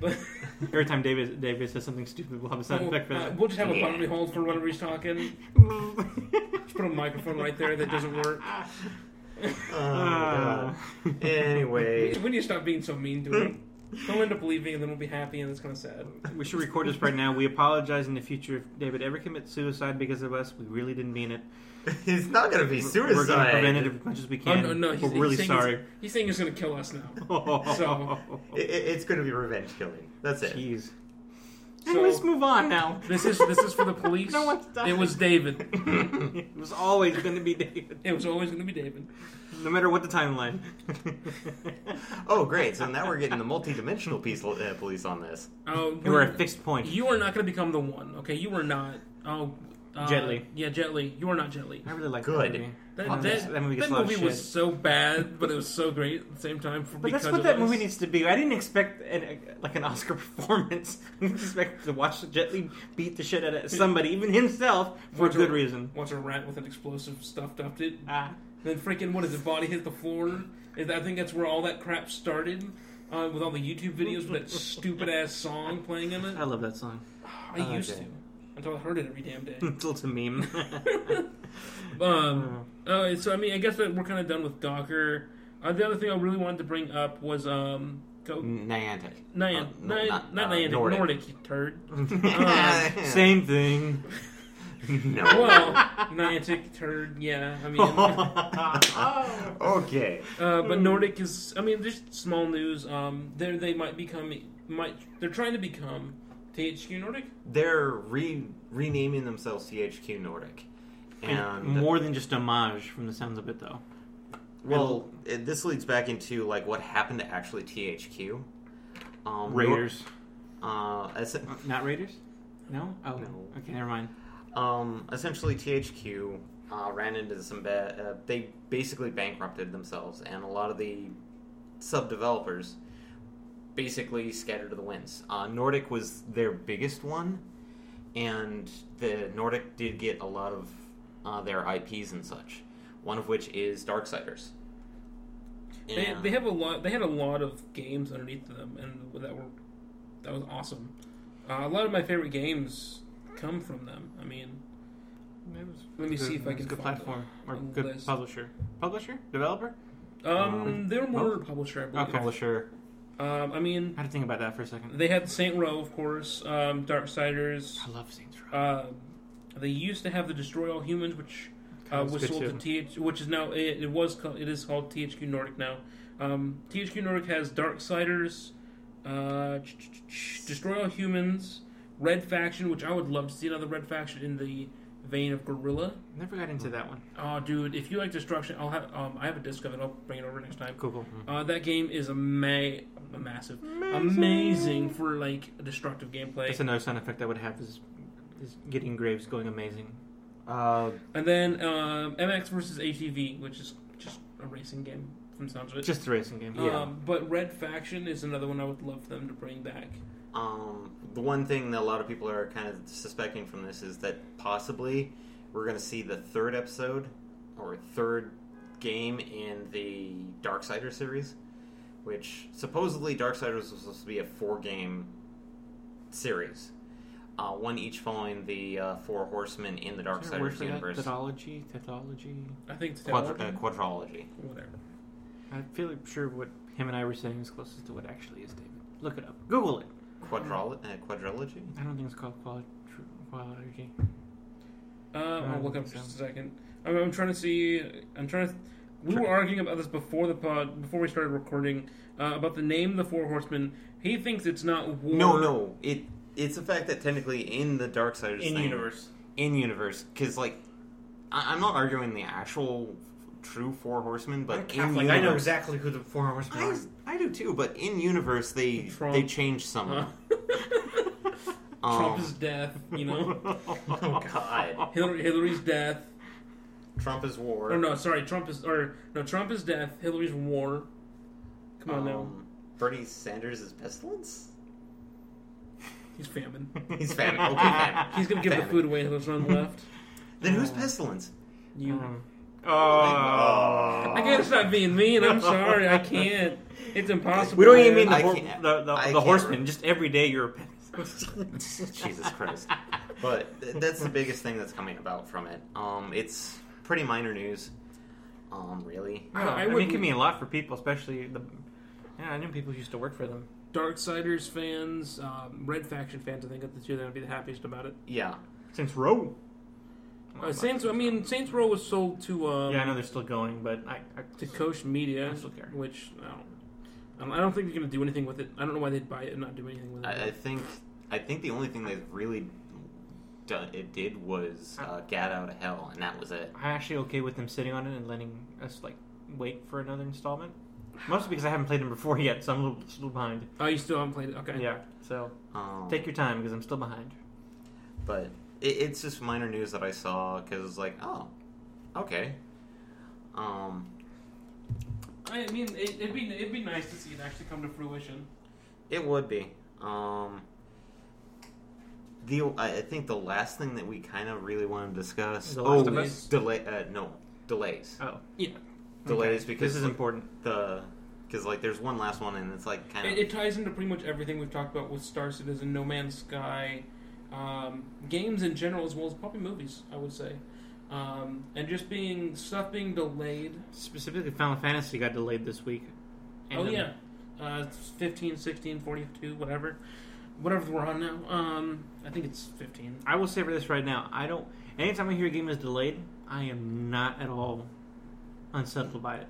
But
Every time David David says something stupid, we'll have a sound
we'll,
effect for
uh,
that. Oh,
we'll just have a button we
<laughs>
hold for whenever he's talking. Just put a microphone right there that doesn't
<laughs>
work.
Oh, God. <laughs> Anyway,
We need to stop being so mean to him. He'll end up leaving, and then we'll be happy, and it's kind of sad.
We should record this right now. We apologize in the future if David ever commits suicide because of us. We really didn't mean it.
it's not going to be
We're- We're going to
suicide.
prevent it as much as we
<laughs> Oh
can.
no, no, he's,
we're really
he's saying he's-
sorry.
he's saying he's going to kill
<laughs>
us now. So-
It- it- it's going to be revenge killing. That's it.
Jeez.
So-
Hey, let's move on now.
This is this is for the
<laughs>
police.
No one's dying.
it was David.
it was always going to be David,
It was always going to be David.
no matter what the
<laughs>
timeline.
<laughs> Oh, great. So now we're getting the multi-dimensional piece, uh, police on this.
Oh,
and we're at a fixed point.
You are not going to become the one. Okay, you are not. Oh, uh,
Jet Li.
Yeah, Jet Li. You are not Jet Li.
I really like
Good.
that movie.
That,
Oh,
that-
that movie gets
that
a lot of
movie
shit.
was so bad, but it was so great at the same time. For,
But
because
that's what
it
that
was.
movie needs to be. I didn't expect an, like an Oscar <laughs> performance. I didn't expect to watch Jet Li beat the shit out of somebody, even himself, for
Watch
a good
a-
reason.
Watch a rat with an explosive stuffed up it.
Ah,
Then freaking what is it? Body hit the floor. Is- I think that's where all that crap started. Uh, with all the YouTube videos with that stupid ass song playing in it.
I love that song.
I used
okay.
to until I heard it
<laughs>
every damn day.
Until it's a meme.
Um, uh, so I mean, I guess that we're kind of done with Docker. Uh, the other thing I really wanted to bring up was um, go,
Mm.
Niantic.
Nian,
Uh, no,
Nian,
not-
not,
uh,
Niantic,
Nordic. <laughs>
Nordic. you turd.
<laughs> Same thing.
No.
<laughs>
well, Niantic turd, yeah. I mean, uh,
okay.
<laughs>
but Nordic is, I mean, just small news. Um, they they might become, might they're trying to become THQ Nordic.
They're re- renaming themselves CHQ Nordic. And
More than just homage from the sounds of it, though.
well, it, this leads back into like what happened to actually THQ. Um,
Raiders.
Uh, es-
Not Raiders? No? Oh,
No.
okay, never mind.
um, essentially, THQ uh, ran into some bad. Uh, they basically bankrupted themselves, and a lot of the sub developers basically scattered to the winds. Uh, Nordic was their biggest one, and the Nordic did get a lot of uh, their IPs and such. One of which is Darksiders.
They,
And-
they have a lot. They had a lot of games underneath them, and that were that was awesome. Uh, a lot of my favorite games come from them. I mean,
It was
let me
good-
see if I
it was
can
a good
find
platform or
on
good
list.
publisher, publisher, developer,
um, they were more
oh.
publisher, I believe.
okay. publisher.
Um, I mean,
I had to think about that for a second.
they had Saint Row, of course, um, Darksiders.
I love Saints Row.
Uh, they used to have the Destroy All Humans, which
That
uh,
was
was
good
sold to
too.
TH, which is now it, it was called, it is called THQ Nordic now. Um, THQ Nordic has Darksiders, uh, ch- ch- ch- Destroy All Humans, Red Faction, which I would love to see another Red Faction in the vein of Gorilla.
Never got into that one.
Oh, dude, if you like Destruction, I'll have um, I have a disc of it. I'll bring it over next time.
Cool, cool.
Uh, that game is a ma- a massive, amazing for like destructive gameplay.
That's another sound effect I would have is is getting Graves going amazing.
Uh,
And then um, MX versus ATV, which is just a racing game from the sounds of it.
Just the racing game.
um, But Red Faction is another one I would love for them to bring back.
um, the one thing that a lot of people are kind of suspecting from this is that possibly we're going to see the third episode or third game in the Darksider series, which supposedly Darksiders was supposed to be a four game series. Uh, one each following the uh, four horsemen in the
Is there a word
Darksiders
for that?
universe.
Mythology, tetralogy.
I think it's
Quadr- uh, quadrology.
technology- whatever.
I feel like sure what him and I were saying is closest to what actually is, David. Look it up. Google it.
Quadrolo- uh, quadrology?
I don't think it's called quadri- quadrilogy.
Um, I'll
don't
look up
think
just a
so.
second. I'm, I'm trying to see. I'm trying to. We were arguing about this before the pod, before we started recording, uh, about the name of the Four Horsemen. He thinks it's not war.
No, no. It it's the fact that technically in the dark side
In universe.
in universe, because like I, I'm not arguing the actual true four horsemen, but in universe,
I know exactly who the four horsemen
I,
are.
I do too. But in universe, they
Trump.
they change some.
Huh?
of
<laughs> Trump
Um,
is death.
<laughs>
You
<laughs>
know,
oh God!
Hillary, Hillary's death.
Trump is war.
Oh no, sorry. Trump is or no. Trump is death. Hillary's war. Come on now.
Um, Bernie Sanders is pestilence. <laughs>
<laughs>
He's famine.
He's famine. <laughs> Okay, famine.
He's gonna give the
Famine.
food Uh. away to those none left.
Then who's pestilence?
You.
Um,
Oh.
Oh.
I gotta stop being mean. I'm sorry. I can't. It's impossible.
we don't even
man.
mean the,
I
hor-
can't-
the, the,
I
the
can't
horseman.
remember.
Just every day you're a
<laughs>
pet.
Jesus Christ. But th- that's the biggest thing that's coming about from it. Um, it's pretty minor news. Um, really.
I-
Oh, I,
I
mean, it can
wouldn't-
mean a lot for people, especially the. Yeah, I knew people who used to work for them.
Darksiders fans, um, Red Faction fans, I think are the two that would be the happiest about it.
Yeah.
Since Row.
Uh, Saints, I mean, Saints Row was sold to um,
yeah, I know they're still going, but I, I
to Koch Media,
I still care.
which I don't, I don't, I don't think they're gonna do anything with it. I don't know why they'd buy it and not do anything with it.
I, I think. I think the only thing that really done it did was uh, Gat Out of Hell, and that was it.
I'm actually okay with them sitting on it and letting us like wait for another installment. Mostly because I haven't played them before <laughs> yet, so I'm a little, just a little behind.
oh, you still haven't played it? Okay.
Yeah, so
Um,
take your time because I'm still behind.
But it, it's just minor news that I saw because it's like, oh, okay. Um,
I mean, it, it'd be it'd be nice to see it actually come to fruition.
It would be. Um, the I I think the last thing that we kind of really want to discuss.
The Last
oh,
of
Us?
delay. Uh, no, delays.
Oh,
Yeah,
Delays because
this is
the-
important.
The because like there's one last one and it's like kind of
It, it ties into pretty much everything we've talked about with Star Citizen, No Man's Sky, um, games in general, as well as probably movies. I would say, um, and just being stuff being delayed.
Specifically, Final Fantasy got delayed this week.
oh
then-
yeah, uh, it's 15, 16, 42, whatever, whatever we're on now. Um, I think it's fifteen.
I will say for this right now, I don't. Anytime I hear a game is delayed, I am not at all unsettled by it.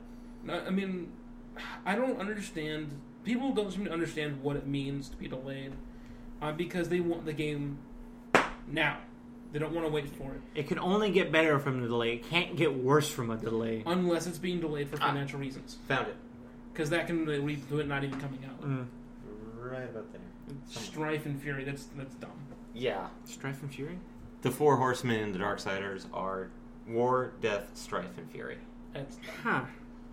I I mean, I don't understand. People don't seem to understand what it means to be delayed, uh, because they want the game now. They don't want to wait for it.
It can only get better from the delay. It can't get worse from a delay.
unless it's being delayed for financial reasons,
found it
because that can really lead to it not even coming out.
Mm.
right about there.
Strife and fury. That's that's dumb.
Yeah,
Strife and Fury.
the four horsemen and the Darksiders are war, death, strife, and fury.
That's
Huh.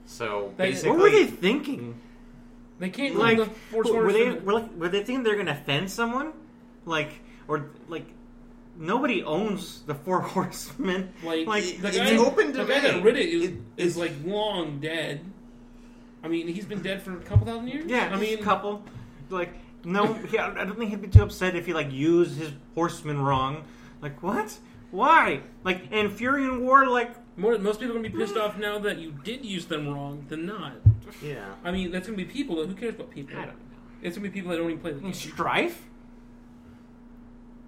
So
They-
basically,
What were they thinking?
they can't
like
like the four
were
swords.
they
from-
were, like, were they thinking they're gonna offend someone like or like nobody owns the four <laughs> horsemen
like,
like,
the
it's
guy,
open
the guy that
domain.
writ it is,
It-
is like long dead. I mean, he's been dead for a couple thousand years.
yeah
I mean,
couple like No, he, I don't think he'd be too upset if he like used his horseman wrong. Like what? Why? Like in Fury and War, like
More, most people are gonna be pissed off now that you did use them wrong than not.
Yeah.
I mean, that's gonna be people. Who cares about people?
I don't know.
It's gonna be people that don't even
Mm,
play the game.
strife.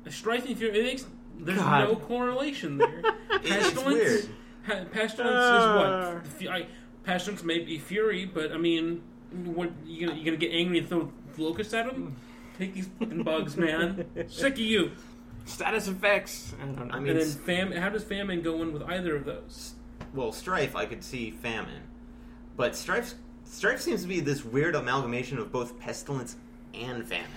Strife and Fury. It makes there's
God.
no correlation there.
<laughs> it's weird. Ah.
Ha, pestilence is
Uh.
what? Fu- I, pestilence may be fury, but I mean, what you gonna, you gonna get angry and throw locusts at them?
Mm.
Take these fucking bugs,
<laughs>
man. Sick of you.
Status effects. I don't know.
I mean,
And then
s-
fam, how does famine go in with either of those?
well, strife I could see famine, but strife strife seems to be this weird amalgamation of both pestilence and famine.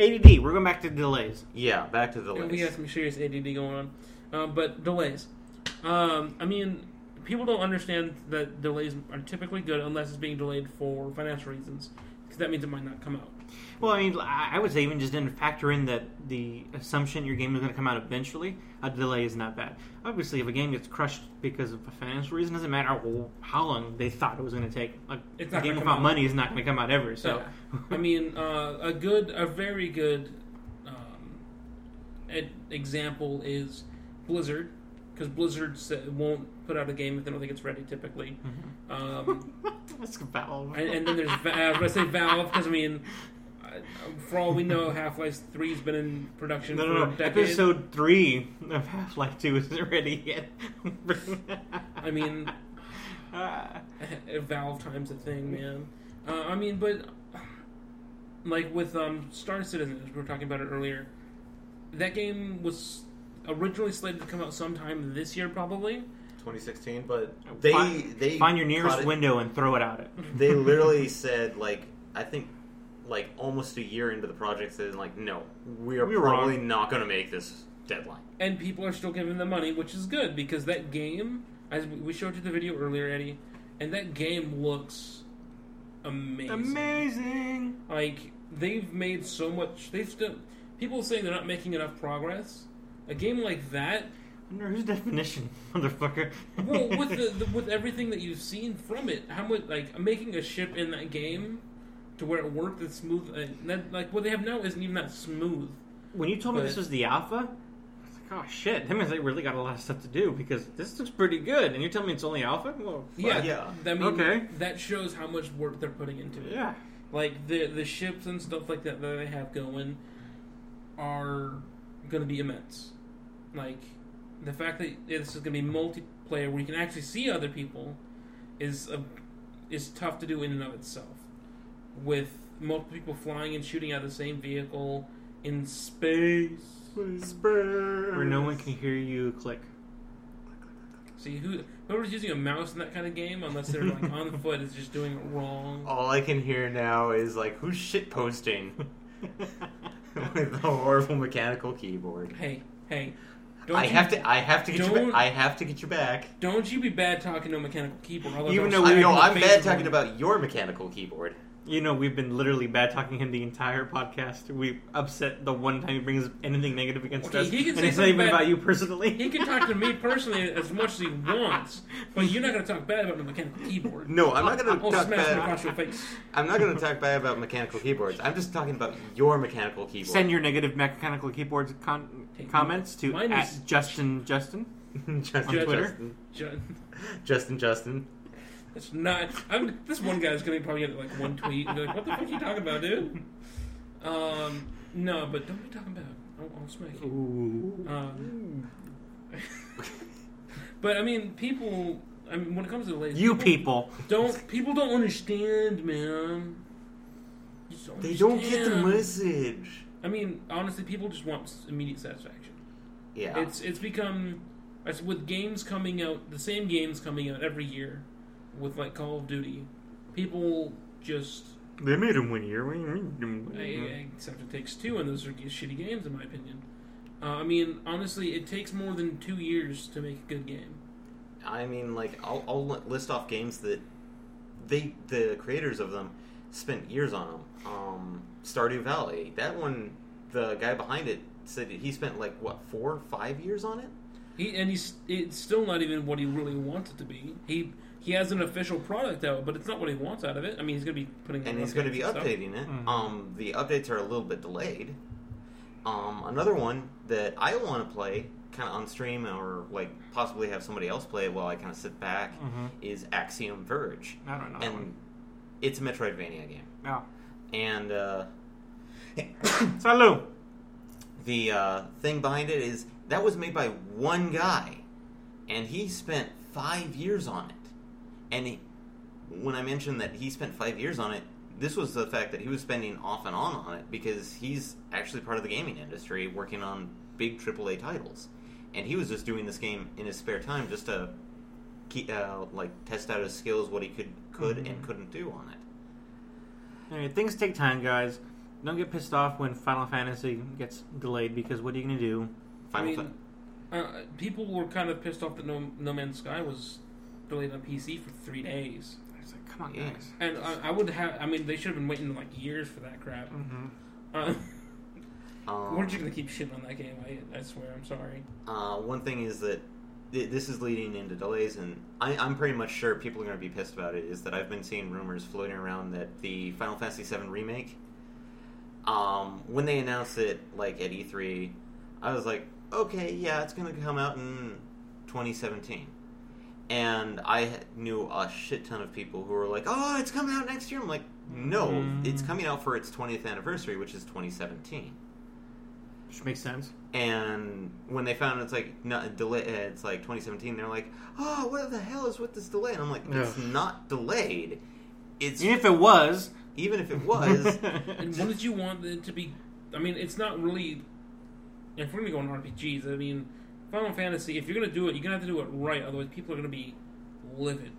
ADD. We're going back to delays.
Yeah, back to the
Yeah,
list.
We have some serious ADD going on, um, but delays. Um, I mean, people don't understand that delays are typically good unless it's being delayed for financial reasons, because that means it might not come out.
Well, I mean, I I would say even just didn't factor in that the assumption your game is going to come out eventually. A delay is not bad. Obviously, if a game gets crushed because of a financial reason, it doesn't matter wh- how long they thought it was going to take. Like
It's
a
not
game
gonna come
without
out.
money is not going to come out ever. So,
So, I mean, uh, a good, a very good um, ed- example is Blizzard, because Blizzard sa- won't put out a game if they don't think it's ready. Typically, um,
that's about.
and, and then there's Va- uh, I say Valve, because I mean, uh, for all we know, Half Life Three's been in production
No,
for
no,
a
no.
decade.
Episode three of Half Life Two isn't ready yet.
I mean, <laughs>
Ah.
Valve times a thing, man. Uh, I mean, but like with um, Star Citizen, as we were talking about it earlier, that game was originally slated to come out sometime this year, probably.
2016, but they
Fi-
they
Oh, find your
caught
nearest
it-
window and throw it out. It. <laughs>
They literally said like I think like almost a year into the project said like no, we are
We were
probably
wrong.
not going to make this deadline.
and people are still giving them money, which is good because that game, as we we showed you the video earlier, Eddie, and that game looks amazing.
Amazing.
Like they've made so much. They've still people saying they're not making enough progress. A game like that,
Under whose definition, <laughs> motherfucker? <laughs>
well, with the, the with everything that you've seen from it, how much like making a ship in that game to where it worked that smooth, and that, like what they have now isn't even that smooth.
when you told me
But-
this was the alpha, I was like, oh shit, that means they really got a lot of stuff to do because this looks pretty good. And you're telling me it's only alpha? Well, fuck.
Yeah,
yeah.
I mean,
Okay.
that shows how much work they're putting into it.
yeah.
like the the ships and stuff like that that they have going are going to be immense. Like the fact that this is going to be multiplayer where you can actually see other people is a, is tough to do in and of itself. With multiple people flying and shooting out of the same vehicle in space.
Where no one can hear you click.
See who whoever's using a mouse in that kind of game, unless they're
<laughs>
like on foot, is just doing it wrong.
All I can hear now is like who's shit posting <laughs> with a horrible mechanical keyboard.
Hey, hey,
I
you-
have to I have to get you
don't-
ba- I have to get you back.
Don't you be bad talking to a mechanical keyboard. although
Even
don't
though
smack
I
we
him
know
in the
I'm
face
bad
with
talking
it.
about your mechanical keyboard.
<laughs> You know, we've been literally bad talking him the entire podcast. We've upset the one time he brings anything negative against
Okay,
us.
he can
and
say
it's not even
something bad-
about you personally.
He can talk to me personally as much as he wants, but you're not going to talk bad about my mechanical keyboard.
No, I'm not gonna
I'll
talk
smash it
bad.
across your face.
I'm not gonna talk bad about mechanical keyboards. I'm just talking about your mechanical keyboard.
<laughs> Send your negative mechanical keyboards con-
Hey,
comments to
mine
at
is-
Justin Justin.
<laughs> Justin,
on Twitter.
Justin,
Ju-
Justin, Justin.
That's not. I'm, this one guy's going to probably get like one tweet and be like, "What the fuck are you talking about, dude?" Um, no, but don't be talking about. I'll, I'll smack you. Um, <laughs> but I mean, people. I mean, when it comes to the ladies,
You people.
don't people don't understand, man. You just
They don't get the
understand.
message.
I mean, honestly, people just want s- immediate satisfaction.
Yeah,
It's it's become as with games coming out, the same games coming out every year, with like Call of Duty, people just
They made him win here. What do you mean?
I- I-
Mm-hmm.
except it takes two, and those are g- shitty games in my opinion. Uh, I mean, honestly, it takes more than two years to make a good game.
I mean, like I'll, I'll li- list off games that they the creators of them spent years on them. Um, Stardew Valley. That one, the guy behind it said he spent like what four, five years on it.
He and he's it's still not even what he really wants it to be. He he He has an official product out, but it's not what he wants out of it. I mean, he's going to be putting
and
in
he's going to
updates
be
and stuff.
updating it.
Mm-hmm.
Mhm.
Um, the updates are a little bit delayed. Um, another one that I want to play, kind of on stream or like possibly have somebody else play it while I kind of sit back,
Mm-hmm.
Mhm.
is Axiom Verge,
I don't know. that
and
one.
it's a Metroidvania game.
Yeah.
And uh,
Salut.
the uh, thing behind it is that was made by one guy, and he spent five years on it. And he, when I mentioned that he spent five years on it, this was the fact that he was spending off and on on it because he's actually part of the gaming industry, working on big AAA titles, and he was just doing this game in his spare time just to keep, uh, like test out his skills, what he could could
Mm-hmm.
and couldn't do on it.
Anyway, things take time, guys. Don't get pissed off when Final Fantasy gets delayed because what are you gonna do?
I
Final
mean,
Fa-
uh, people were kind of pissed off that No, no Man's Sky was delayed on PC for three days.
It's like, come on,
Yeah.
guys.
And I, I would have, I mean, they should have been waiting like years for that crap.
Mm-hmm.
Uh, <laughs>
um,
we're just going to keep shitting on that game. I, I swear, I'm sorry.
Uh, one thing is that th- this is leading into delays, and I, I'm pretty much sure people are going to be pissed about it. Is that I've been seeing rumors floating around that the Final Fantasy VII remake, um, when they announced it like at E3, I was like, okay, yeah, it's going to come out in 2017. And I h- knew a shit ton of people who were like, "Oh, it's coming out next year." I'm like, "No,
Mm.
it's coming out for its 20th anniversary, which is 2017."
Which makes sense.
And when they found it's like not delay, uh, it's like 2017. They're like, "Oh, what the hell is with this delay?" And I'm like, "It's
Ugh.
not delayed. It's
Even if it was,
even if it
<laughs>
was,
And what did you want it to be? I mean, it's not really. If we're gonna go on RPGs, I mean, Final Fantasy. If you're gonna do it, you're gonna have to do it right. Otherwise, people are gonna be livid.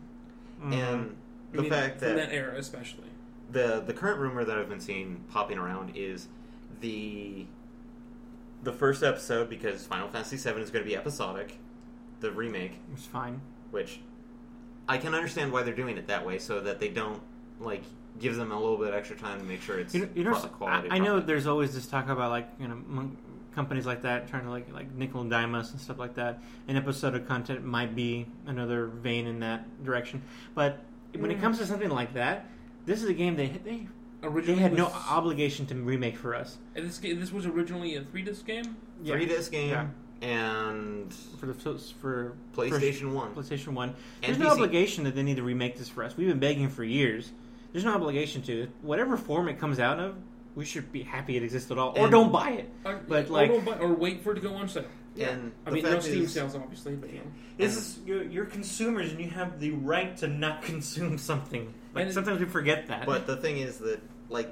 Mm, Mm-hmm.
and
I
the
mean,
fact
from
that,
that era, especially.
the the current rumor that I've been seeing popping around is the the first episode because Final Fantasy VII is going to be episodic, the remake,
it's fine.
which I can understand why they're doing it that way so that they don't like give them a little bit extra time to make sure it's
You know, you know,
pro- quality.
I, I know
product.
there's always this talk about like you know mon- companies like that trying to like like nickel and dime us and stuff like that. An episode of content might be another vein in that direction, but when
Mm.
it comes to something like that, this is a game they they they
Originally,
had no
was-
obligation to remake for us
and this ga- this was originally a three disc game.
three disc game
Yeah.
and
for the for for-
PlayStation One.
PlayStation One.
And
There's no
PC.
obligation that they need to remake this for us. We've been begging for years. There's no obligation to whatever form it comes out of. We should be happy it exists at all, or
And-
don't buy it.
Or-
But,
or
like-
don't buy- or wait for it to go on sale.
And
I
the
mean, no
fact
Steam
is-
sales, obviously, but you know.
This is you're, you're consumers, and you have the right to not consume something.
Like
And-
sometimes we forget that.
But the thing is that like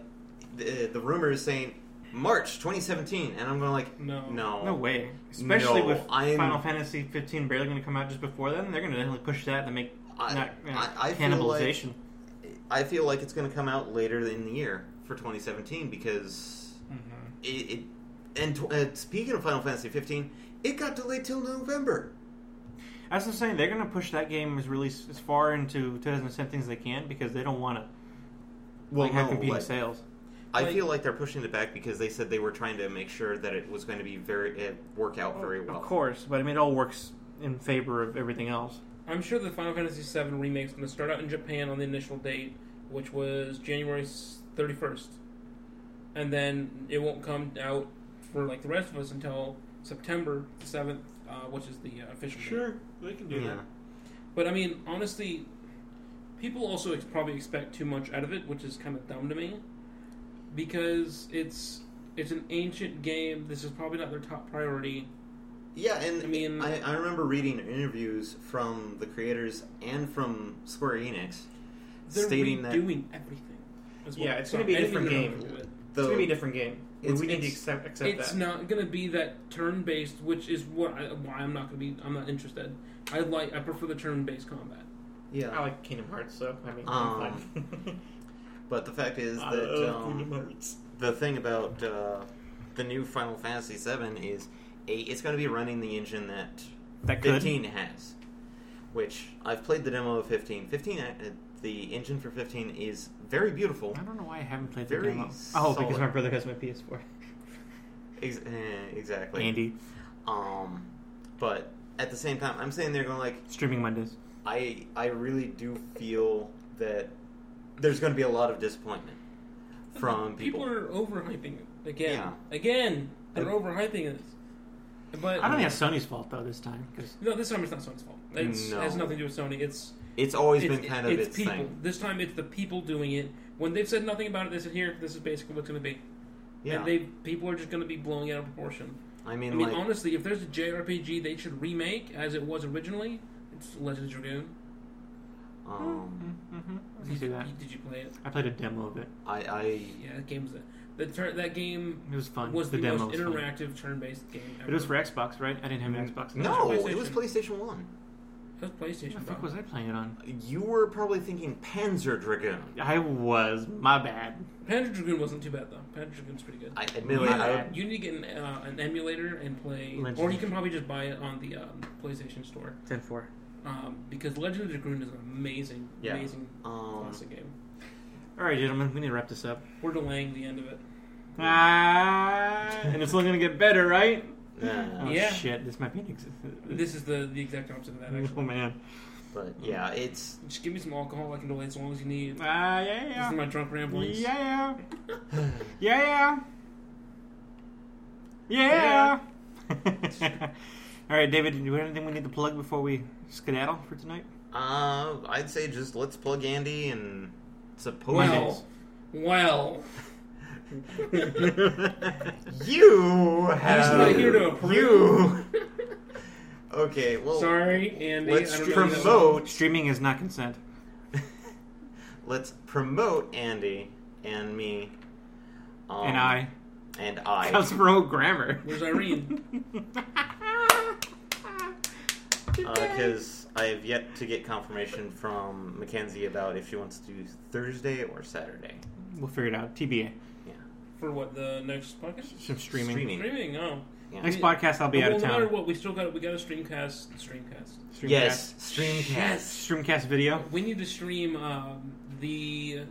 the, the rumor is saying March 2017, and I'm going like
No.
no,
no way, especially
No,
with
I'm-
Final Fantasy 15 barely going to come out just before then. They're going to definitely push that to make
I-
not, you know,
I- I feel
cannibalization.
I feel like it's going to come out later in the year for 2017 because
Mm-hmm.
it, it and tw- uh, speaking of Final Fantasy 15, it got delayed till November.
As I'm saying, they're going to push that game's release as far into 2017 as they can because they don't want to like, have
no,
competing
like,
sales.
I
Like-
feel like they're pushing it back because they said they were trying to make sure that it was going to be very uh, work out very well.
Oh, Of course, but I mean, it all works in favor of everything else.
I'm sure the Final Fantasy VII remake's going to start out in Japan on the initial date, which was January s- 31st, and then it won't come out for like the rest of us until September 7th, uh, which is the uh, official. date.
they can
Yeah.
But I mean, honestly, people also ex- probably expect too much out of it, which is kind of dumb to me, because it's it's an ancient game. This is probably not their top priority.
Yeah, and
I
I
mean-
mean, I, I remember reading interviews from the creators and from Square Enix
They're
stating that
redoing everything. as
Yeah, it's
So
gonna be a
anything
different
they're
game.
gonna do it.
the,
it's gonna be a different game. We-
It's-
we need to
it's-
accept, accept
it's
that.
not going to be that turn-based, which is what I, why I'm not going to be. I'm not interested. I like. I prefer the turn-based combat.
I
yeah.
like Kingdom Hearts, so I mean,
Um,
I'm fine.
But the fact is
<laughs> I
that
love Kingdom
um,
Hearts.
the thing about uh, the new Final Fantasy VII is a, it's going to be running the engine that
That could.
15 has, which I've played the demo of 15. 15, uh, the engine for 15 is very beautiful.
I don't know why I haven't played the
Very
demo. Oh,
solid.
because my brother has my PS4.
Ex- eh, exactly.
Andy,
Um, but at the same time, I'm sitting there going like,
streaming Mondays.
I I really do feel that there's going to be a lot of disappointment from people.
People are overhyping it again.
Yeah.
Again, they're
I-
overhyping it. But
I don't think that's Sony's fault though this time because
no, this time it's not Sony's fault. It's,
No.
It has nothing to do with Sony. It's
it's always
it's,
been kind of
it's
its,
people.
thing.
This time it's the people doing it. When they've said nothing about it, they said, "Here, this is basically what's going to be."
Yeah,
And they people are just going to be blowing it out of proportion.
I mean,
I mean,
like,
honestly, if there's a JRPG they should remake as it was originally, it's Legend of Dragoon.
um,
mm-hmm. I can see that.
Did you play it?
I played a demo of it.
mm-hmm.
I, I
Yeah, that game's the, the tur that game
It was fun.
was the,
the, demo
most
was fun.
interactive turn-based game. Ever.
It was for Xbox, right? I didn't have an Xbox.
no,
PlayStation.
it was PlayStation One.
That
What
was
the
PlayStation.
fuck
probably.
was I playing it on?
You were probably thinking Panzer Dragoon.
I was. My bad.
Panzer Dragoon wasn't too bad though. Panzer Dragoon's pretty good.
I admittedly,
My
I,
bad.
You need to get an, uh, an emulator and play,
Legend.
or you can probably just buy it on the um, PlayStation Store
Ten four.
um, because Legend of Dragoon is an amazing,
Yeah.
amazing
um,
classic game.
All right, gentlemen, we need to wrap this up.
We're delaying the end of it.
Ah, and it's only gonna get better, right?
yeah,
Oh,
Yeah.
Shit, this might be an ex-
This is the the exact opposite of that.
Oh
Actually,
man.
but yeah,
<sighs>
it's
just give me some alcohol. I can delay as long as you need.
Ah, yeah,
This is
yeah,
my drunk
yeah,
ramblings.
yeah,
uh,
yeah, yeah, yeah. <laughs> All right, David, do you have anything we need to plug before we skedaddle for tonight?
uh, I'd say just let's plug Andy and suppose
Well, well,
<laughs>
<laughs>
you
just
have
not here to approve.
you. <laughs> okay, well,
sorry, Andy.
let's
I don't know if you know.
promote
Streaming is not consent.
let's promote Andy and me. Um,
and I.
<laughs>
And I.
That's pro grammar.
Where's Irene?
Because uh, I have yet to get confirmation from Mackenzie about if she wants to do Thursday or Saturday.
<laughs> We'll figure it out. TBA.
Yeah.
For what the next podcast?
Some streaming.
Streaming. Oh,
Yeah.
Next podcast, I'll be
well,
out of
no matter
town.
what, we still got we got a streamcast. Streamcast.
Streamcast.
Yes, Streamcast.
Streamcast
<laughs>
video. <laughs>
We need to stream um, the.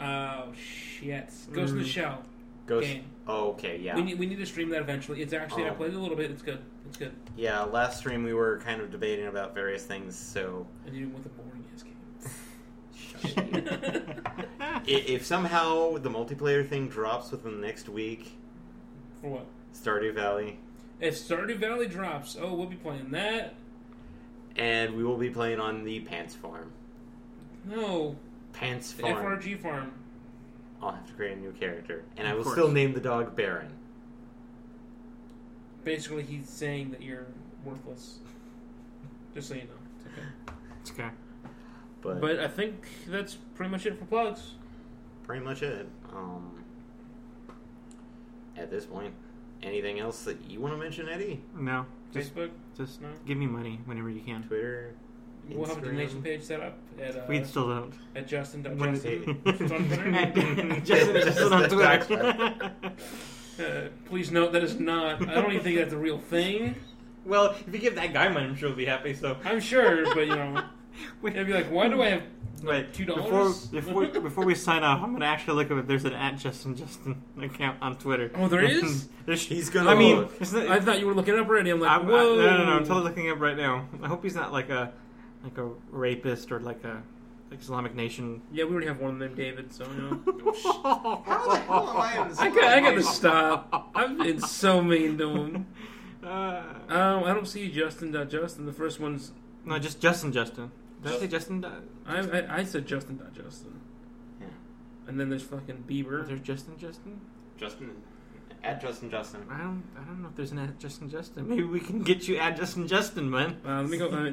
Oh shit! Ghost in the
Mm.
Shell.
Ghost.
Game.
Oh, okay, yeah.
We need we need to stream that eventually. It's actually
Oh.
I
Um,
played it a little bit. It's good. It's good.
yeah, last stream we were kind of debating about various things,
<laughs>
so
I did it with a boring ass game.
i- if somehow the multiplayer thing drops within the next week,
For what?
Stardew Valley,
If Stardew Valley drops, oh, we'll be playing that.
and we will be playing on the Pants Farm.
No,
Pants
the
Farm.
FRG farm.
I'll have to create a new character, and I
Of
will
course.
still name the dog Baron.
Basically, he's saying that you're <laughs> worthless. Just so you know. It's okay.
It's okay.
But,
But I think that's pretty much it for plugs.
pretty much it. Um, at this point, anything else that you want to mention, Eddie?
No. Just,
Facebook.
just
No.
give me money whenever you can.
Twitter,
We'll have a
Instagram.
donation page set up at uh,
We still
<laughs>
don't.
at Justin.
When-
Justin.
<laughs> just, just on Twitter.
Uh, please note that is not. I don't even think that's a real thing.
<laughs> well, if you give that guy money, I'm sure he'll be happy. So,
I'm sure, but
<laughs>
you know,
Wait.
they'd be like, "Why do I have
Wait,
two
before
dollars?"
before before we sign off, I'm gonna actually look up if there's an at Justin Justin account on Twitter.
Oh, there is?
There's-
He's gonna
I mean,
look.
it's not,
I thought you were looking up already. I'm like,
I'm, I,
"Whoa!"
no, no, no, I'm totally looking up right now. I hope he's not like a like a rapist or like a Islamic Nation.
Yeah, we already have one named David, so you
<laughs>
know.
How the hell am I in this
<laughs> I got, I got
<laughs>
to stop. I've been so mean to him.
Uh,
Um, I don't see Justin. dot Justin. The first one's
no, just Justin Justin. Did I say Justin? Uh,
I, I, I said Justin. dot Justin.
Yeah.
And then there's fucking Bieber.
there's Justin Justin.
Justin, at Justin Justin.
I don't I don't know if there's an at Justin Justin. Maybe we can get you at Justin Justin, man.
Uh, let
<laughs>
me go. Uh,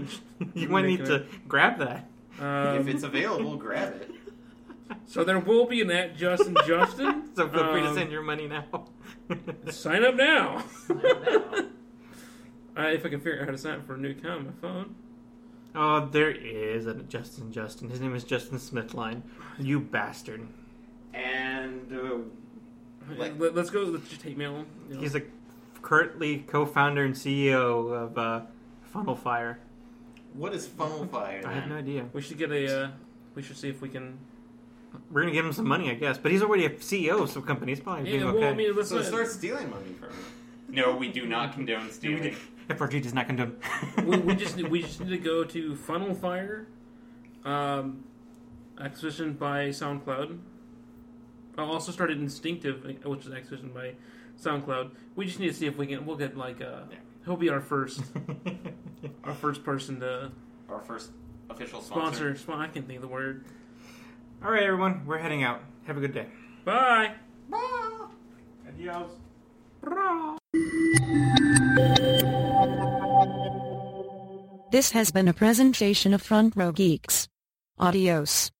You might need to grab that.
Um,
if it's available, grab <laughs> it.
so there will be an at
<laughs>
Justin Justin.
So feel free to
Um,
send your money now. <laughs>
Sign up now. <laughs> uh, if I can figure out how to sign up for a new account on my phone.
oh, there is a Justin Justin. His name is Justin Smithline. You bastard.
And uh, Like-
Let, us go. Let's just hate mail him. you know.
He's a currently co-founder and CEO of uh, Funnel Fire.
what is funnel fire?
I have no idea.
we should get a. Uh, we should see if we can.
We're gonna give him some money, I guess. But he's already a CEO of some company. He's probably
Yeah,
doing
well,
okay.
I mean, let's
So
not-
start stealing money from me. No, we do not condone stealing.
FRG does not condone.
we, we just we just need to go to Funnel Fire, um, exhibition by SoundCloud. I also started Instinctive, which is exhibition by SoundCloud. We just need to see if we can. We'll get like uh, he'll be our first our first person to
Our first official sponsor.
sponsor. spon- I can think of the word.
All right, everyone, we're heading out. Have a good day.
Bye.
Adios.
This has been a presentation of Front Row Geeks. Adios.